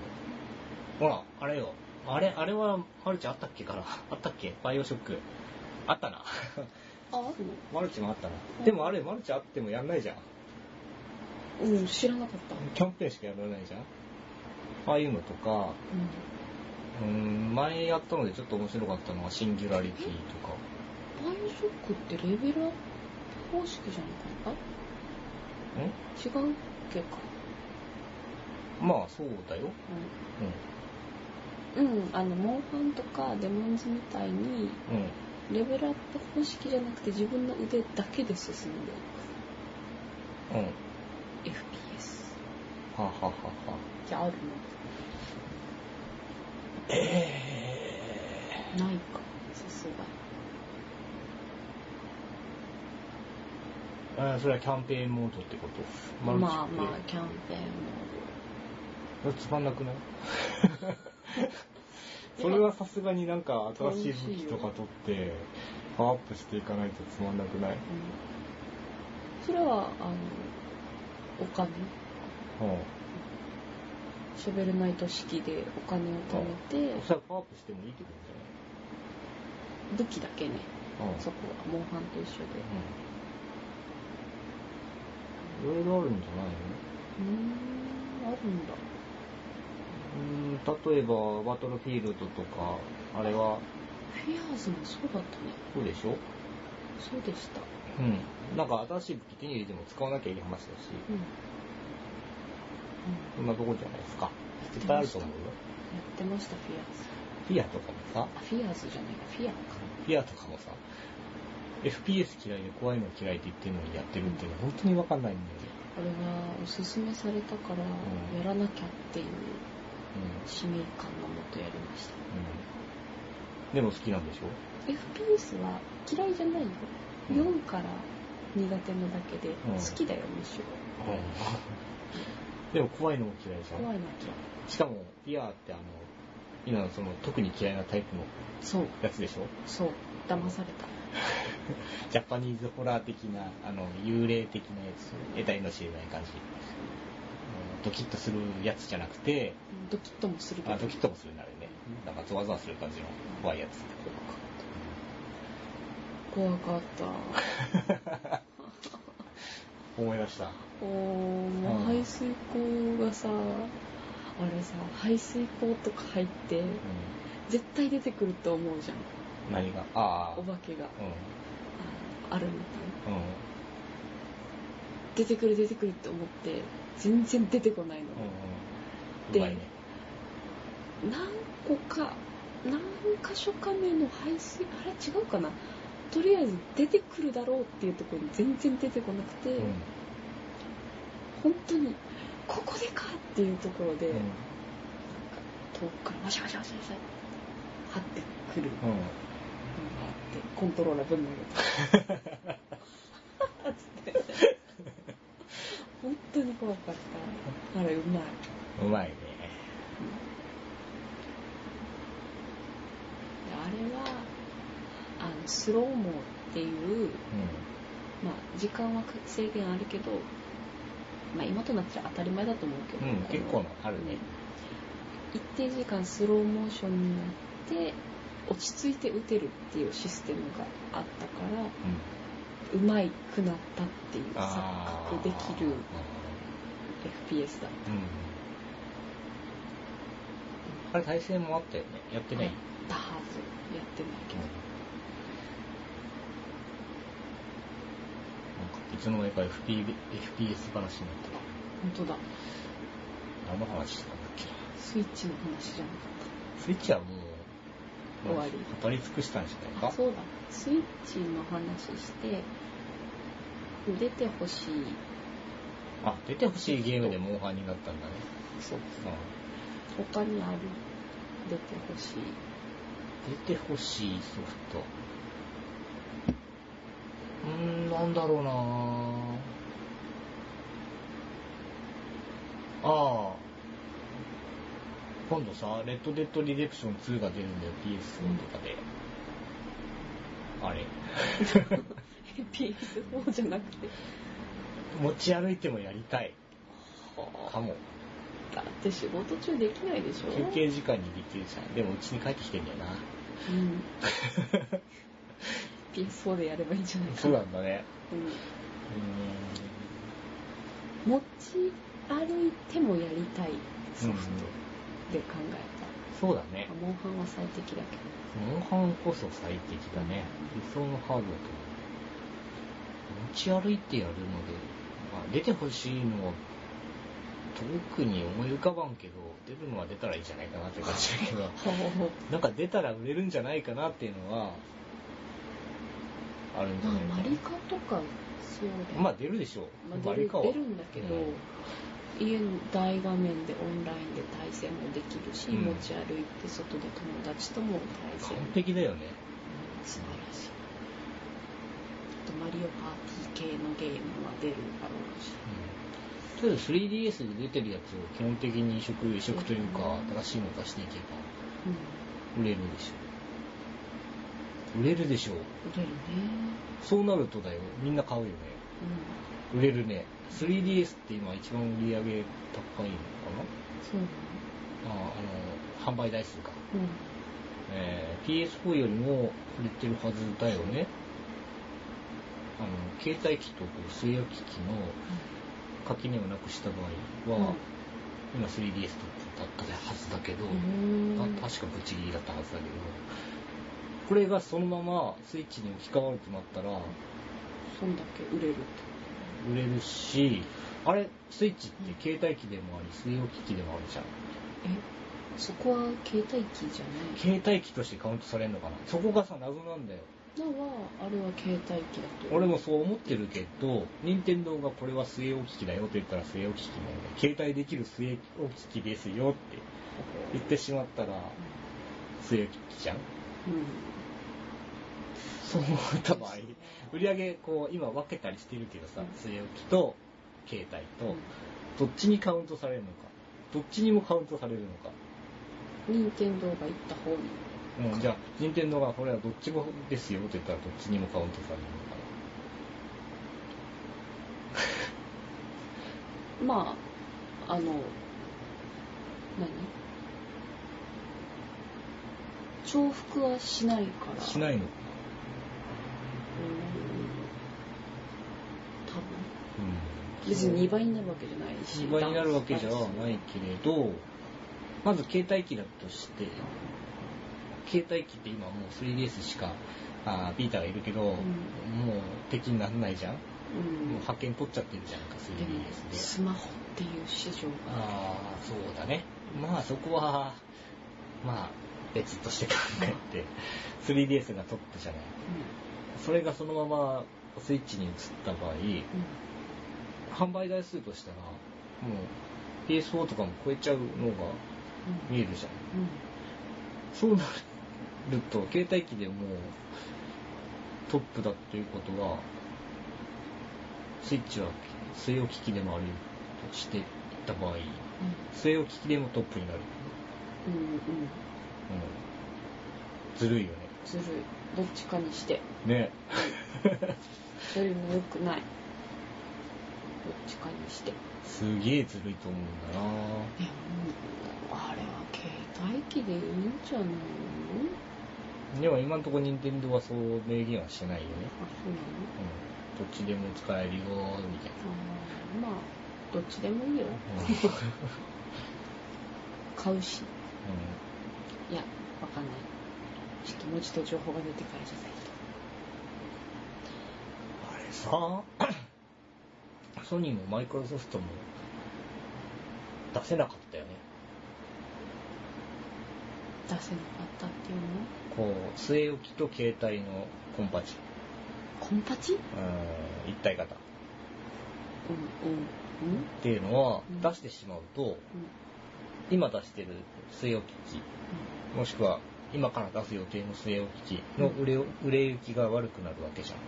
[SPEAKER 1] ほら、あれよ。あれ、あれは、マルチあったっけから。あったっけバイオショック。あったな。 *laughs*
[SPEAKER 2] ああるの
[SPEAKER 1] マルチもあったな
[SPEAKER 2] う。ん
[SPEAKER 1] でもあれ、マルチあってもやんないじゃん。
[SPEAKER 2] うん、知らなかった。
[SPEAKER 1] キャンペーンしかやらないじゃん。ああいうのとか、
[SPEAKER 2] うん。
[SPEAKER 1] うーん、前やったのでちょっと面白かったのは、シンギュラリティとか。
[SPEAKER 2] バイオショックってレベルアップ方式じゃなかっ
[SPEAKER 1] ん
[SPEAKER 2] た違うっけか。
[SPEAKER 1] まあそうだよ。
[SPEAKER 2] うん。うん、あの、モンハンとかデモンズみたい
[SPEAKER 1] うん。
[SPEAKER 2] に、
[SPEAKER 1] うん。
[SPEAKER 2] レベルアップ方式じゃなくて自分の腕だけで進んで
[SPEAKER 1] うん。は
[SPEAKER 2] FPS
[SPEAKER 1] あ、はあはあは
[SPEAKER 2] ってある
[SPEAKER 1] あ、え
[SPEAKER 2] のないか、さすが。
[SPEAKER 1] えあそれはキャンペーンモードってこと
[SPEAKER 2] まあまあ
[SPEAKER 1] マルチ、
[SPEAKER 2] キャンペーンも。
[SPEAKER 1] ってつまんなくない
[SPEAKER 2] *laughs*
[SPEAKER 1] それはさすがになんか新しい武器とか取って、パワーアップしていかないとつまんなくない
[SPEAKER 2] うん。それは、あの、お金
[SPEAKER 1] うん。
[SPEAKER 2] ショベルナイト式でお金を貯めて、
[SPEAKER 1] それはパワーアップしてもいいってこと
[SPEAKER 2] 武器だけね、
[SPEAKER 1] じゃないうん
[SPEAKER 2] そこはモンハンと一緒で。
[SPEAKER 1] うん。いろいろあるんじゃないの
[SPEAKER 2] うーん、あるんだ。
[SPEAKER 1] うーん、例えば、バトルフィールドとか、あれは、
[SPEAKER 2] フィアーズもそうだったね。
[SPEAKER 1] そうでしょ
[SPEAKER 2] そうでした。
[SPEAKER 1] うん。なんか新しい武器手に入れても使わなきゃいい話だし、
[SPEAKER 2] うん。うん、や
[SPEAKER 1] そんなとこじゃないですか。いっぱいあると思うよ。
[SPEAKER 2] ってました、フィアーズ。
[SPEAKER 1] フィアとかもさ、
[SPEAKER 2] あ、フィアーズじゃないか、フィアーか。
[SPEAKER 1] フィアとかもさ、FPS 嫌いで怖いの嫌いって言ってるのにやってるっていうの本当にわかんないんだよね。
[SPEAKER 2] あれは、おすすめされたから、
[SPEAKER 1] ん
[SPEAKER 2] やらなきゃっていう
[SPEAKER 1] う
[SPEAKER 2] 使命感のもとやりました。
[SPEAKER 1] ん。うん。でも好きなんでしょ
[SPEAKER 2] FPS は嫌いじゃないよ。
[SPEAKER 1] うん
[SPEAKER 2] 4から苦手なだけで、
[SPEAKER 1] ん
[SPEAKER 2] 好きだよ、むしろ。
[SPEAKER 1] *laughs* うん。でも怖いのも嫌いじゃ
[SPEAKER 2] 怖
[SPEAKER 1] ん。
[SPEAKER 2] いな、嫌い。
[SPEAKER 1] しかも、フィアってあの、今のその特に嫌いなタイプの
[SPEAKER 2] そう、
[SPEAKER 1] やつでしょ
[SPEAKER 2] そう、騙された。
[SPEAKER 1] ジャパニーズホラー的な、あの、幽霊的なやつ、得体の知れない感じ。うんドキッとするやつじゃなくて、
[SPEAKER 2] ドキッともするけど。
[SPEAKER 1] あドキッともするなあれね。なんかゾワゾワする感じの怖いやつ。
[SPEAKER 2] 怖かった。
[SPEAKER 1] 思い出した。
[SPEAKER 2] おー、もう排水口がさ、あれさ、排水口とか入って、
[SPEAKER 1] う
[SPEAKER 2] 絶対出てくると思うじゃん、
[SPEAKER 1] ん、何がああ。
[SPEAKER 2] お化けが。
[SPEAKER 1] う
[SPEAKER 2] ああるみたいな。
[SPEAKER 1] ん。うん。
[SPEAKER 2] 出てくる出てくるって思って、全然出てこないの。
[SPEAKER 1] うん。
[SPEAKER 2] で
[SPEAKER 1] うまいね。
[SPEAKER 2] 何個か、何箇所か目の排水、あれ違うかなとりあえず出てくるだろうっていうところに全然出てこなくて、
[SPEAKER 1] うん。
[SPEAKER 2] 本当に、ここでかっていうところで、
[SPEAKER 1] うん。
[SPEAKER 2] 遠くからワシャワシャワシャワシャ張ってくるのが
[SPEAKER 1] うん
[SPEAKER 2] あってコントローラーぶん投げたつって本当に怖かったあれうまいう
[SPEAKER 1] まいね。
[SPEAKER 2] であれはあのスローモーっていう、
[SPEAKER 1] う
[SPEAKER 2] まあ、時間は制限あるけど、まあ、今となっちゃ当たり前だと思うけど、
[SPEAKER 1] ん。うん、
[SPEAKER 2] あの
[SPEAKER 1] 結構な、あるね。
[SPEAKER 2] 一定時間スローモーションになって落ち着いて打てるっていうシステムがあったから
[SPEAKER 1] うん。
[SPEAKER 2] うまくなったっていう錯覚できる FPS だ。
[SPEAKER 1] あれ対戦もあったよねやってない、
[SPEAKER 2] やったはず。やってないけど。
[SPEAKER 1] なんかいつの間にか FP FPS 話になってる
[SPEAKER 2] 本当だ。
[SPEAKER 1] 何の話したんだっけな
[SPEAKER 2] スイッチの話じゃなかった。
[SPEAKER 1] スイッチはもう
[SPEAKER 2] 終わり
[SPEAKER 1] 語り尽くしたんじゃないか
[SPEAKER 2] あそうだスイッチの話して出てほしい
[SPEAKER 1] あ出てほしいゲームでモンハンになったんだね
[SPEAKER 2] そう
[SPEAKER 1] う
[SPEAKER 2] 他にある出てほしい
[SPEAKER 1] ん出てほしいソフトうーんなんだろうなぁああ今度さ「レッド・デッド・リデプション2」が出るんだよ PS4 とかで、あれ
[SPEAKER 2] PS4 じゃなくて
[SPEAKER 1] 持ち歩いてもやりたいか
[SPEAKER 2] だ
[SPEAKER 1] も
[SPEAKER 2] って仕事中できないでしょ
[SPEAKER 1] 休憩時間にできるじゃんでもうちに帰ってきてんだよな
[SPEAKER 2] うん
[SPEAKER 1] *laughs*
[SPEAKER 2] PS4 でやればいいんじゃないか
[SPEAKER 1] そう
[SPEAKER 2] な、
[SPEAKER 1] なんだね
[SPEAKER 2] う
[SPEAKER 1] うー
[SPEAKER 2] ん、持ち歩いてもやりたいソ
[SPEAKER 1] ん
[SPEAKER 2] フトで考え
[SPEAKER 1] そうだ
[SPEAKER 2] た、
[SPEAKER 1] ね
[SPEAKER 2] モンハンは最適だけど
[SPEAKER 1] モンハンこそ最適だね理想のハードだと思う持ち歩いてやるので、まあ、出てほしいのは特に思い浮かばんけど出るのは出たらいいんじゃないかなって感じだけ *laughs* どなんか出たら売れるんじゃないかなっていうのはあるんじゃ
[SPEAKER 2] ま
[SPEAKER 1] ないか
[SPEAKER 2] あ
[SPEAKER 1] な、
[SPEAKER 2] マリカとかそうだよ
[SPEAKER 1] まあ出るでしょ
[SPEAKER 2] まあ
[SPEAKER 1] う。バ
[SPEAKER 2] 出
[SPEAKER 1] リ
[SPEAKER 2] る
[SPEAKER 1] カは。
[SPEAKER 2] 出るんだけど、
[SPEAKER 1] うん
[SPEAKER 2] 家の大画面でオンラインで対戦もできるし、
[SPEAKER 1] うん
[SPEAKER 2] 持ち歩いて外で友達とも対
[SPEAKER 1] 完
[SPEAKER 2] 戦
[SPEAKER 1] 璧だよね。
[SPEAKER 2] 素晴らしいあとマリオパーティー系のゲームは出るだろうし
[SPEAKER 1] うん。とりあえず 3DS で出てるやつを基本的に移植、移植というか、新しいの化していけば、
[SPEAKER 2] うん
[SPEAKER 1] 売れるでしょ。売れるでしょう。
[SPEAKER 2] 売れるね
[SPEAKER 1] そうなるとだよ、みんな買うよね。
[SPEAKER 2] うん
[SPEAKER 1] 売れるね。3DS って今一番売り上げ高いの
[SPEAKER 2] そうなの
[SPEAKER 1] かなああの、販売台数か。
[SPEAKER 2] うん
[SPEAKER 1] えー PS4 よりも売れてるはずだよね。あの、携帯機とこう据え置き機の垣根をなくした場合は、
[SPEAKER 2] うん
[SPEAKER 1] 今 3DS だったはずだけど、
[SPEAKER 2] うん
[SPEAKER 1] た確かぶち切りだったはずだけど、これがそのままスイッチに置き換わるとなったら、
[SPEAKER 2] そんだけ売れるって
[SPEAKER 1] 売れるし、あれ、スイッチって携帯機でもあり、据え置き機でもあるじゃん。
[SPEAKER 2] えそこは携帯機じゃない
[SPEAKER 1] 携帯機としてカウントされるのかなそこがさ、謎なんだよ。
[SPEAKER 2] なはあれは携帯機だと
[SPEAKER 1] 俺もそう思ってるけど、任天堂がこれは据え置き機だよと言ったら据え置き機なんで、携帯できる据え置き機ですよって言ってしまったら、据え置き機じゃん
[SPEAKER 2] うん
[SPEAKER 1] そう思った場合、売り上げ、こう、今分けたりしてるけどさ、据え置きと、携帯と、どっちにカウントされるのか、どっちにもカウントされるのか。
[SPEAKER 2] 任天堂が行った方に
[SPEAKER 1] うん、じゃあ、任天堂がこれはどっちもですよって言ったらどっちにもカウントされるのかな。
[SPEAKER 2] まああの何重複はしないから
[SPEAKER 1] しないのか
[SPEAKER 2] うーん多分
[SPEAKER 1] な。うん。
[SPEAKER 2] 別に2倍になるわけじゃないし
[SPEAKER 1] 2倍になるわけじゃないけれど、まず携帯機だとして、携帯機って今もう 3DS しか、あービータがいるけど、もう敵にならないじゃん、
[SPEAKER 2] うん
[SPEAKER 1] もう派遣取っちゃってるじゃんか、
[SPEAKER 2] でも
[SPEAKER 1] 3DS で。
[SPEAKER 2] スマホっていう市場が
[SPEAKER 1] ああ、そうだね。まあそこは、まあ別として考えて、3DS がトップじゃない。それがそのままスイッチに移った場合、
[SPEAKER 2] うんうん
[SPEAKER 1] 販売台数としたら、もう PS4 とかも超えちゃうのが見えるじゃん。
[SPEAKER 2] うん
[SPEAKER 1] そうなると、携帯機でもうトップだということは、スイッチは据え置き機でもあるとしていった場合、据え置き機でもトップになる。
[SPEAKER 2] うんうんうん
[SPEAKER 1] うんずるいよね。
[SPEAKER 2] ずるいどっちかにして
[SPEAKER 1] ね。
[SPEAKER 2] それも良くないどっちかにして
[SPEAKER 1] すげえずるいと思うんだな
[SPEAKER 2] でもあれは携帯機でいいんじゃないの
[SPEAKER 1] でも今のところ任天堂はそう明言はしてないよね。
[SPEAKER 2] あそうな
[SPEAKER 1] うん。
[SPEAKER 2] の
[SPEAKER 1] どっちでも使えるよーみたいな。
[SPEAKER 2] あーまあどっちでもいいよ。買うし。いや、わかんない。ちょっともうちょっと情報が出てからじゃないと。
[SPEAKER 1] あれさ、ソニーもマイクロソフトも出せなかったよね。
[SPEAKER 2] 出せなかったっていうの
[SPEAKER 1] こう、据え置きと携帯のコンパチ、
[SPEAKER 2] コンパチ
[SPEAKER 1] うん、一体型っ
[SPEAKER 2] うん、うん、うん、うん。
[SPEAKER 1] ていうのは
[SPEAKER 2] うん
[SPEAKER 1] 出してしまうと、今出してる据え置き機、もしくは今から出す予定の据え置き機の売れ売れ行きが悪くなるわけじゃん。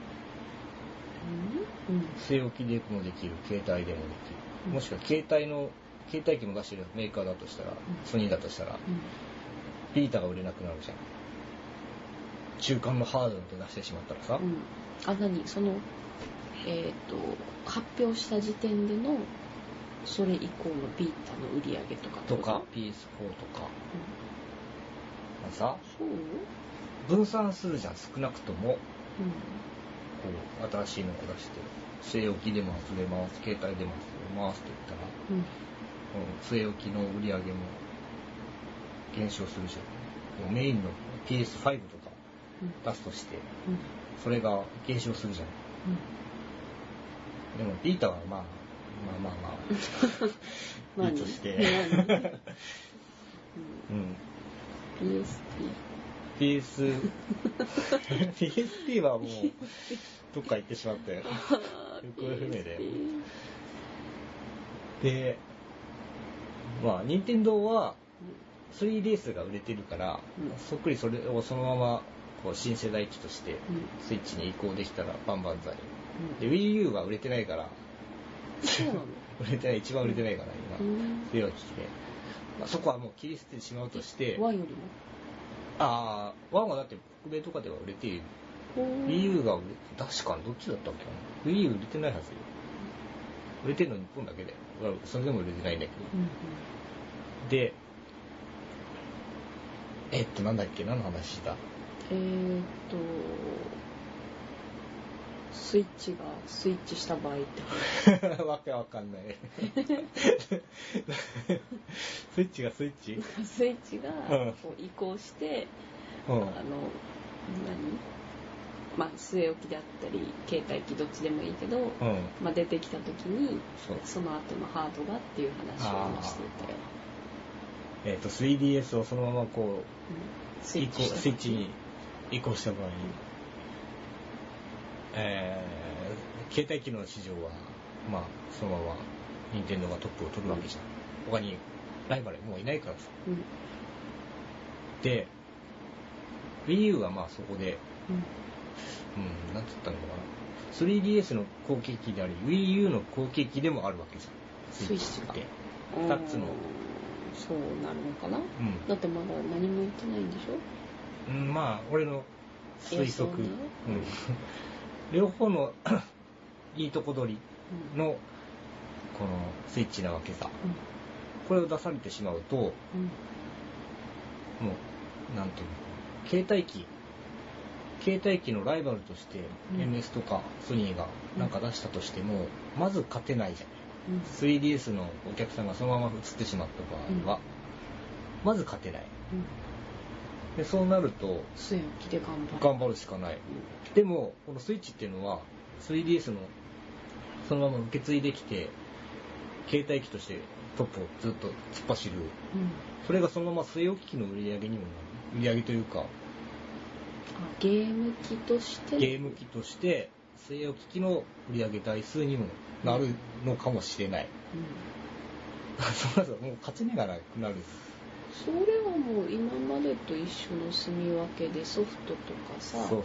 [SPEAKER 2] うん、うん。
[SPEAKER 1] 据え置きでもできる、携帯でもでき
[SPEAKER 2] うん
[SPEAKER 1] る。もしくは携帯の、携帯機も出してるメーカーだとしたら、ソニーだとしたら、ビータが売れなくなるじゃん。中間のハードと出してしまったらさ、
[SPEAKER 2] うん、あ、なに、その、えっ、と、発表した時点での、それ以降のビータの売り上げとかって
[SPEAKER 1] と
[SPEAKER 2] こと
[SPEAKER 1] か、PS4 とか、
[SPEAKER 2] うん
[SPEAKER 1] さ、
[SPEAKER 2] そう
[SPEAKER 1] 分散するじゃん、少なくとも。
[SPEAKER 2] うん。
[SPEAKER 1] こう、新しいのを出して、据え置きでも遊べます、携帯でも遊べますって言ったら、
[SPEAKER 2] うん。
[SPEAKER 1] うん据え置きの売り上げも減少するじゃん。もうメインの PS5 とか
[SPEAKER 2] うん。
[SPEAKER 1] 出すとして、
[SPEAKER 2] うん。
[SPEAKER 1] それが減少するじゃん。でも、ビータはまあ、まあまあまあ、
[SPEAKER 2] まあ
[SPEAKER 1] いい
[SPEAKER 2] ね
[SPEAKER 1] として。
[SPEAKER 2] まあね
[SPEAKER 1] うん。
[SPEAKER 2] うん。PSP。
[SPEAKER 1] PS、PSP はもう、どっか行ってしまったよ。行方不明だよ
[SPEAKER 2] PSP
[SPEAKER 1] で、まあ、任天堂は 3DS が売れてるから、
[SPEAKER 2] うん
[SPEAKER 1] そっくりそれをそのまま、こう、新世代機として、
[SPEAKER 2] うん。うん。
[SPEAKER 1] スイッチに移行できたらバンバンザイ。
[SPEAKER 2] う
[SPEAKER 1] で、Wii U は売れてないから、
[SPEAKER 2] ん。そうなの
[SPEAKER 1] 売れてない、一番売れてないから、
[SPEAKER 2] う
[SPEAKER 1] 今。
[SPEAKER 2] ん。
[SPEAKER 1] 強い機器で。まあ、そこはもう切り捨ててしまうとして、
[SPEAKER 2] 和よりも
[SPEAKER 1] ああ、ワンはだって北米とかでは売れている。
[SPEAKER 2] ほー
[SPEAKER 1] Wii U が売れ、確かにどっちだったっけな ?Wii U 売れてないはずよ。売れてるの日本だけで。それでも売れてないんだけど。
[SPEAKER 2] うんうん。
[SPEAKER 1] で、えっと、なんだっけ何の話だ *laughs*
[SPEAKER 2] えーっと、スイッチがスイッチした場合ってこと
[SPEAKER 1] わけわかん
[SPEAKER 2] *laughs*
[SPEAKER 1] ない。 *laughs* スイッチがスイッチ
[SPEAKER 2] スイッチが
[SPEAKER 1] うん
[SPEAKER 2] こう移行して、
[SPEAKER 1] うん。
[SPEAKER 2] あの、何まあ、据え置きであったり、携帯機どっちでもいいけど、
[SPEAKER 1] うん。
[SPEAKER 2] まあ、出てきた時に、
[SPEAKER 1] そう。
[SPEAKER 2] その後のハードがっていう話を今していたよ。
[SPEAKER 1] えっと、3DS をそのままこう、
[SPEAKER 2] うん
[SPEAKER 1] スイッチ
[SPEAKER 2] した時
[SPEAKER 1] スイッチに。移行した場合、えー、携帯機の市場は、まあ、そのまま、任天堂がトップを取るわけじゃん。他にライバルもういないからさ。
[SPEAKER 2] うん。うん
[SPEAKER 1] で、Wii U はまあそこで、うん、なんつったのかな。3DS の後継機であり、Wii U の後継機でもあるわけじゃん。
[SPEAKER 2] スイッチが
[SPEAKER 1] って。
[SPEAKER 2] うん
[SPEAKER 1] 二つの
[SPEAKER 2] そうなるのかな
[SPEAKER 1] うん。
[SPEAKER 2] だってまだ何も言ってないんでしょ
[SPEAKER 1] うん、まあ、俺の推
[SPEAKER 2] そう
[SPEAKER 1] 測。
[SPEAKER 2] ね
[SPEAKER 1] うん、 *laughs* 両方の *coughs* いいとこ取りの、このスイッチなわけさ。これを出されてしまうと、も
[SPEAKER 2] うん。うん。
[SPEAKER 1] う、なんていうの、携帯機、携帯機のライバルとして、
[SPEAKER 2] うん
[SPEAKER 1] MS とかソニーがなんか出したとしても、まず勝てないじゃん。
[SPEAKER 2] うん。
[SPEAKER 1] 3DS のお客さんがそのまま移ってしまった場合は、まず勝てない。
[SPEAKER 2] うん。
[SPEAKER 1] で、そうなると、
[SPEAKER 2] 据え置きで頑張る。
[SPEAKER 1] 頑張るしかない。でも、このスイッチっていうのは、3DS のそのまま受け継いできて、携帯機としてトップをずっと突っ走る。
[SPEAKER 2] うん。
[SPEAKER 1] それがそのまま据え置き機の売り上げにもなる、売り上げというか、
[SPEAKER 2] あゲーム機として
[SPEAKER 1] ゲーム機として据え置き機の売り上げ台数にもなるのかもしれない。 *laughs*
[SPEAKER 2] うん、
[SPEAKER 1] そうなんですよもう勝ち目がなくなる。
[SPEAKER 2] それはもう今までと一緒の住み分けでソフトとか
[SPEAKER 1] そ
[SPEAKER 2] さ
[SPEAKER 1] うそうそう。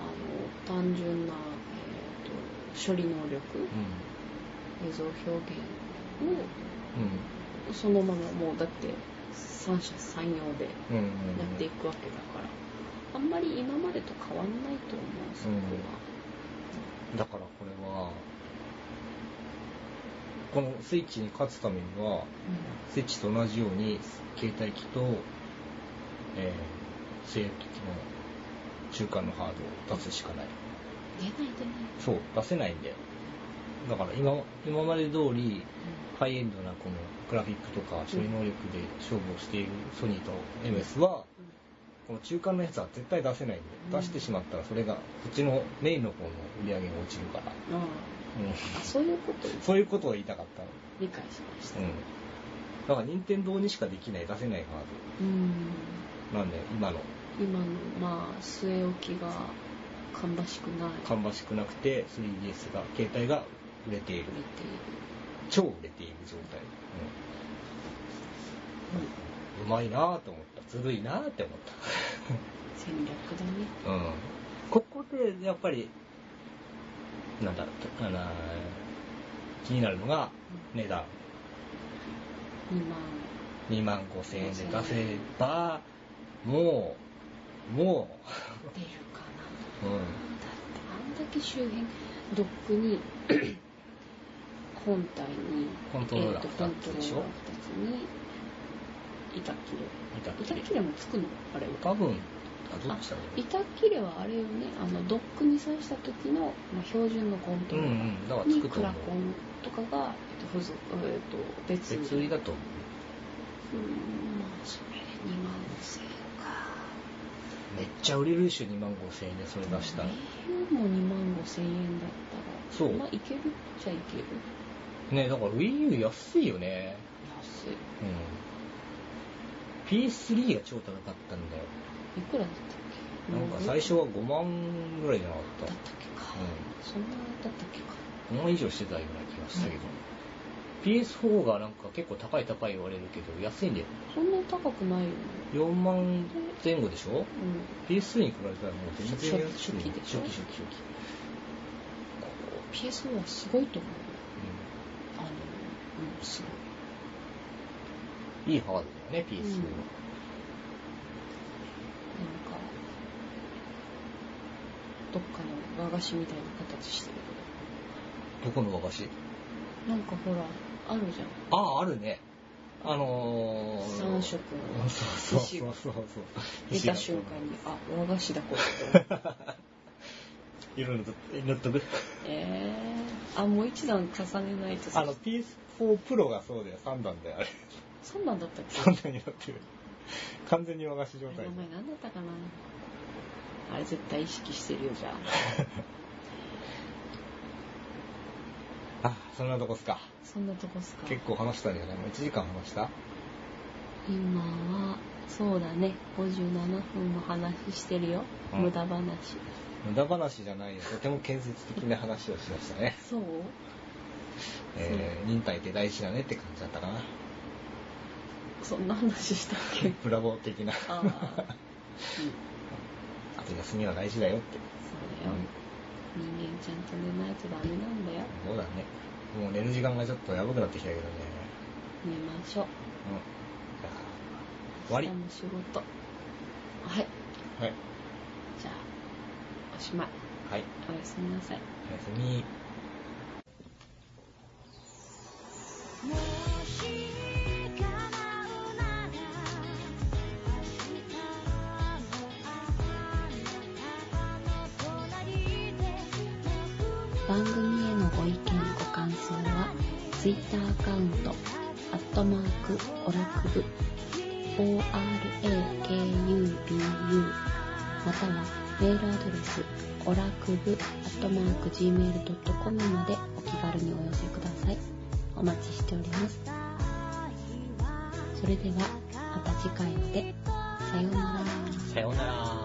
[SPEAKER 2] あの単純な、えーと処理能力
[SPEAKER 1] う
[SPEAKER 2] 映像表現
[SPEAKER 1] ん。
[SPEAKER 2] をそのままもうだって三者三様でや
[SPEAKER 1] うん。うん。うん
[SPEAKER 2] っていくわけだから、あんまり今までと変わんないと思うそこ
[SPEAKER 1] だからこれは、このスイッチに勝つためには、スイッチと同じように、携帯機と、えー、正規機の中間のハードを出すしかない。
[SPEAKER 2] は、うん、出ない出ない
[SPEAKER 1] そう、出せないんだよ。だから今今まで通りハイエンドなこのグラフィックとか処理能力で勝負をしているソニーと MS はこの中間のやつは絶対出せないんで
[SPEAKER 2] うん
[SPEAKER 1] 出してしまったらそれがこっちのメインの方の売り上げが落ちるから、
[SPEAKER 2] ああ
[SPEAKER 1] う
[SPEAKER 2] そういうことを
[SPEAKER 1] ん、そういうことを言いたかったの、
[SPEAKER 2] 理解しました
[SPEAKER 1] うん、だから任天堂にしかできない出せないハ
[SPEAKER 2] うん
[SPEAKER 1] ードなんで今の
[SPEAKER 2] 今のまあ据え置きが芳しくない
[SPEAKER 1] 芳しくなくて 3DS が携帯が売れている
[SPEAKER 2] 見ている
[SPEAKER 1] 超売れている状態、うん、うまいなぁと思ったずるいなぁって思っ
[SPEAKER 2] 戦略だね
[SPEAKER 1] *laughs* た、うん、ここでやっぱりなんだあのー気になるのが値段
[SPEAKER 2] 2万
[SPEAKER 1] 2万5千円で出せばもうも
[SPEAKER 2] 出るかな
[SPEAKER 1] う、うん、
[SPEAKER 2] だってあんだけ周辺ドック
[SPEAKER 1] *coughs*
[SPEAKER 2] に本体に
[SPEAKER 1] コントローラー
[SPEAKER 2] えとコントローラ
[SPEAKER 1] 二つで
[SPEAKER 2] ー
[SPEAKER 1] しょ
[SPEAKER 2] 二つに板切
[SPEAKER 1] 板
[SPEAKER 2] れ板
[SPEAKER 1] 切れ
[SPEAKER 2] 切れもつくのあれ
[SPEAKER 1] 多分あどっちだろう
[SPEAKER 2] 板切れはあれよねあのドックに刺した時の、まあ、標準のコント
[SPEAKER 1] うん
[SPEAKER 2] ロ
[SPEAKER 1] うんだから
[SPEAKER 2] ーラーに
[SPEAKER 1] つくと
[SPEAKER 2] ク
[SPEAKER 1] 思
[SPEAKER 2] ラ
[SPEAKER 1] う
[SPEAKER 2] コンとかが、えっと、付属えっと別
[SPEAKER 1] 別売りだと思
[SPEAKER 2] うーんまあそれ2万5000円か
[SPEAKER 1] うめっちゃ売れるでしょ2万5千円でそれ出したら
[SPEAKER 2] au も2万5000円だった
[SPEAKER 1] そ
[SPEAKER 2] ら
[SPEAKER 1] う
[SPEAKER 2] まあいけるっちゃいける
[SPEAKER 1] ねだから WiiU 安いよね
[SPEAKER 2] 安い
[SPEAKER 1] うん PS3 が超高かったんだよ
[SPEAKER 2] いくらだったっけ
[SPEAKER 1] なんか最初は5万ぐらいじゃなか
[SPEAKER 2] だっ
[SPEAKER 1] ったた
[SPEAKER 2] っけか、
[SPEAKER 1] う
[SPEAKER 2] そんなだったっけか
[SPEAKER 1] 5万以上してたような気がしたけど、PS4 がなんか結構高い高い言われるけど安いんだよ
[SPEAKER 2] そんなに高くないよね
[SPEAKER 1] 4万前後でしょ
[SPEAKER 2] う
[SPEAKER 1] PS3 に比べたらもう全然
[SPEAKER 2] 初初期でしょ
[SPEAKER 1] 初期初期初期、
[SPEAKER 2] ん PS はすごいと思うあのうんす
[SPEAKER 1] うん、いいハードだよね PS4 は、
[SPEAKER 2] ごいなんかどっかの和菓子みたいな形してる
[SPEAKER 1] どこの和菓子
[SPEAKER 2] なんかほらあるじゃん
[SPEAKER 1] あああるねあのー、
[SPEAKER 2] 三色
[SPEAKER 1] うんそうそうそうそうそう
[SPEAKER 2] 見た瞬間にあ和菓子だこれって思う
[SPEAKER 1] 色の塗っとく
[SPEAKER 2] えー、あもう一段重ねないと
[SPEAKER 1] あの PS4 プロがそうだよ3段だよあれ
[SPEAKER 2] そんなんだったっけ
[SPEAKER 1] 3段になってる完全に和菓子状
[SPEAKER 2] あれ
[SPEAKER 1] 態
[SPEAKER 2] 名前何だったかなあれ絶対意識してるよじゃあ
[SPEAKER 1] あそんなとこっすか
[SPEAKER 2] そんなとこっすか
[SPEAKER 1] 結構話したんじゃないもう1時間話した
[SPEAKER 2] 今はそうだね57分も話してるよ、
[SPEAKER 1] うん
[SPEAKER 2] 無駄話
[SPEAKER 1] 無駄話じゃないよとても建設的な話をしましたね、
[SPEAKER 2] そう
[SPEAKER 1] えー、忍耐って大事だねって感じだった
[SPEAKER 2] *laughs*
[SPEAKER 1] かな
[SPEAKER 2] そんな話したっけ
[SPEAKER 1] *laughs* ブラボー的な
[SPEAKER 2] ああ、うん、そう
[SPEAKER 1] *laughs* あと休みは大事だよって
[SPEAKER 2] だよ、人間ちゃんと寝ないとダメなんだよ
[SPEAKER 1] そうだねもう寝る時間がちょっとやばくなってきたけどね
[SPEAKER 2] 寝ましょう
[SPEAKER 1] うんじゃあ終わり
[SPEAKER 2] 明日の仕事はい
[SPEAKER 1] はい
[SPEAKER 2] じゃあおしまい
[SPEAKER 1] はい
[SPEAKER 2] おやすみなさい
[SPEAKER 1] おやすみ
[SPEAKER 3] 「もし叶うなら明日はもうあなたの隣で」
[SPEAKER 2] 番組へのご意見ご感想は Twitter アカウント「アットマークオラクブ」ORAKUBU またはメールアドレスオラクブアットマーク Gmail.com までお気軽にお寄せくださいお待ちしておりますそれではまた次回までさようなら
[SPEAKER 1] さようなら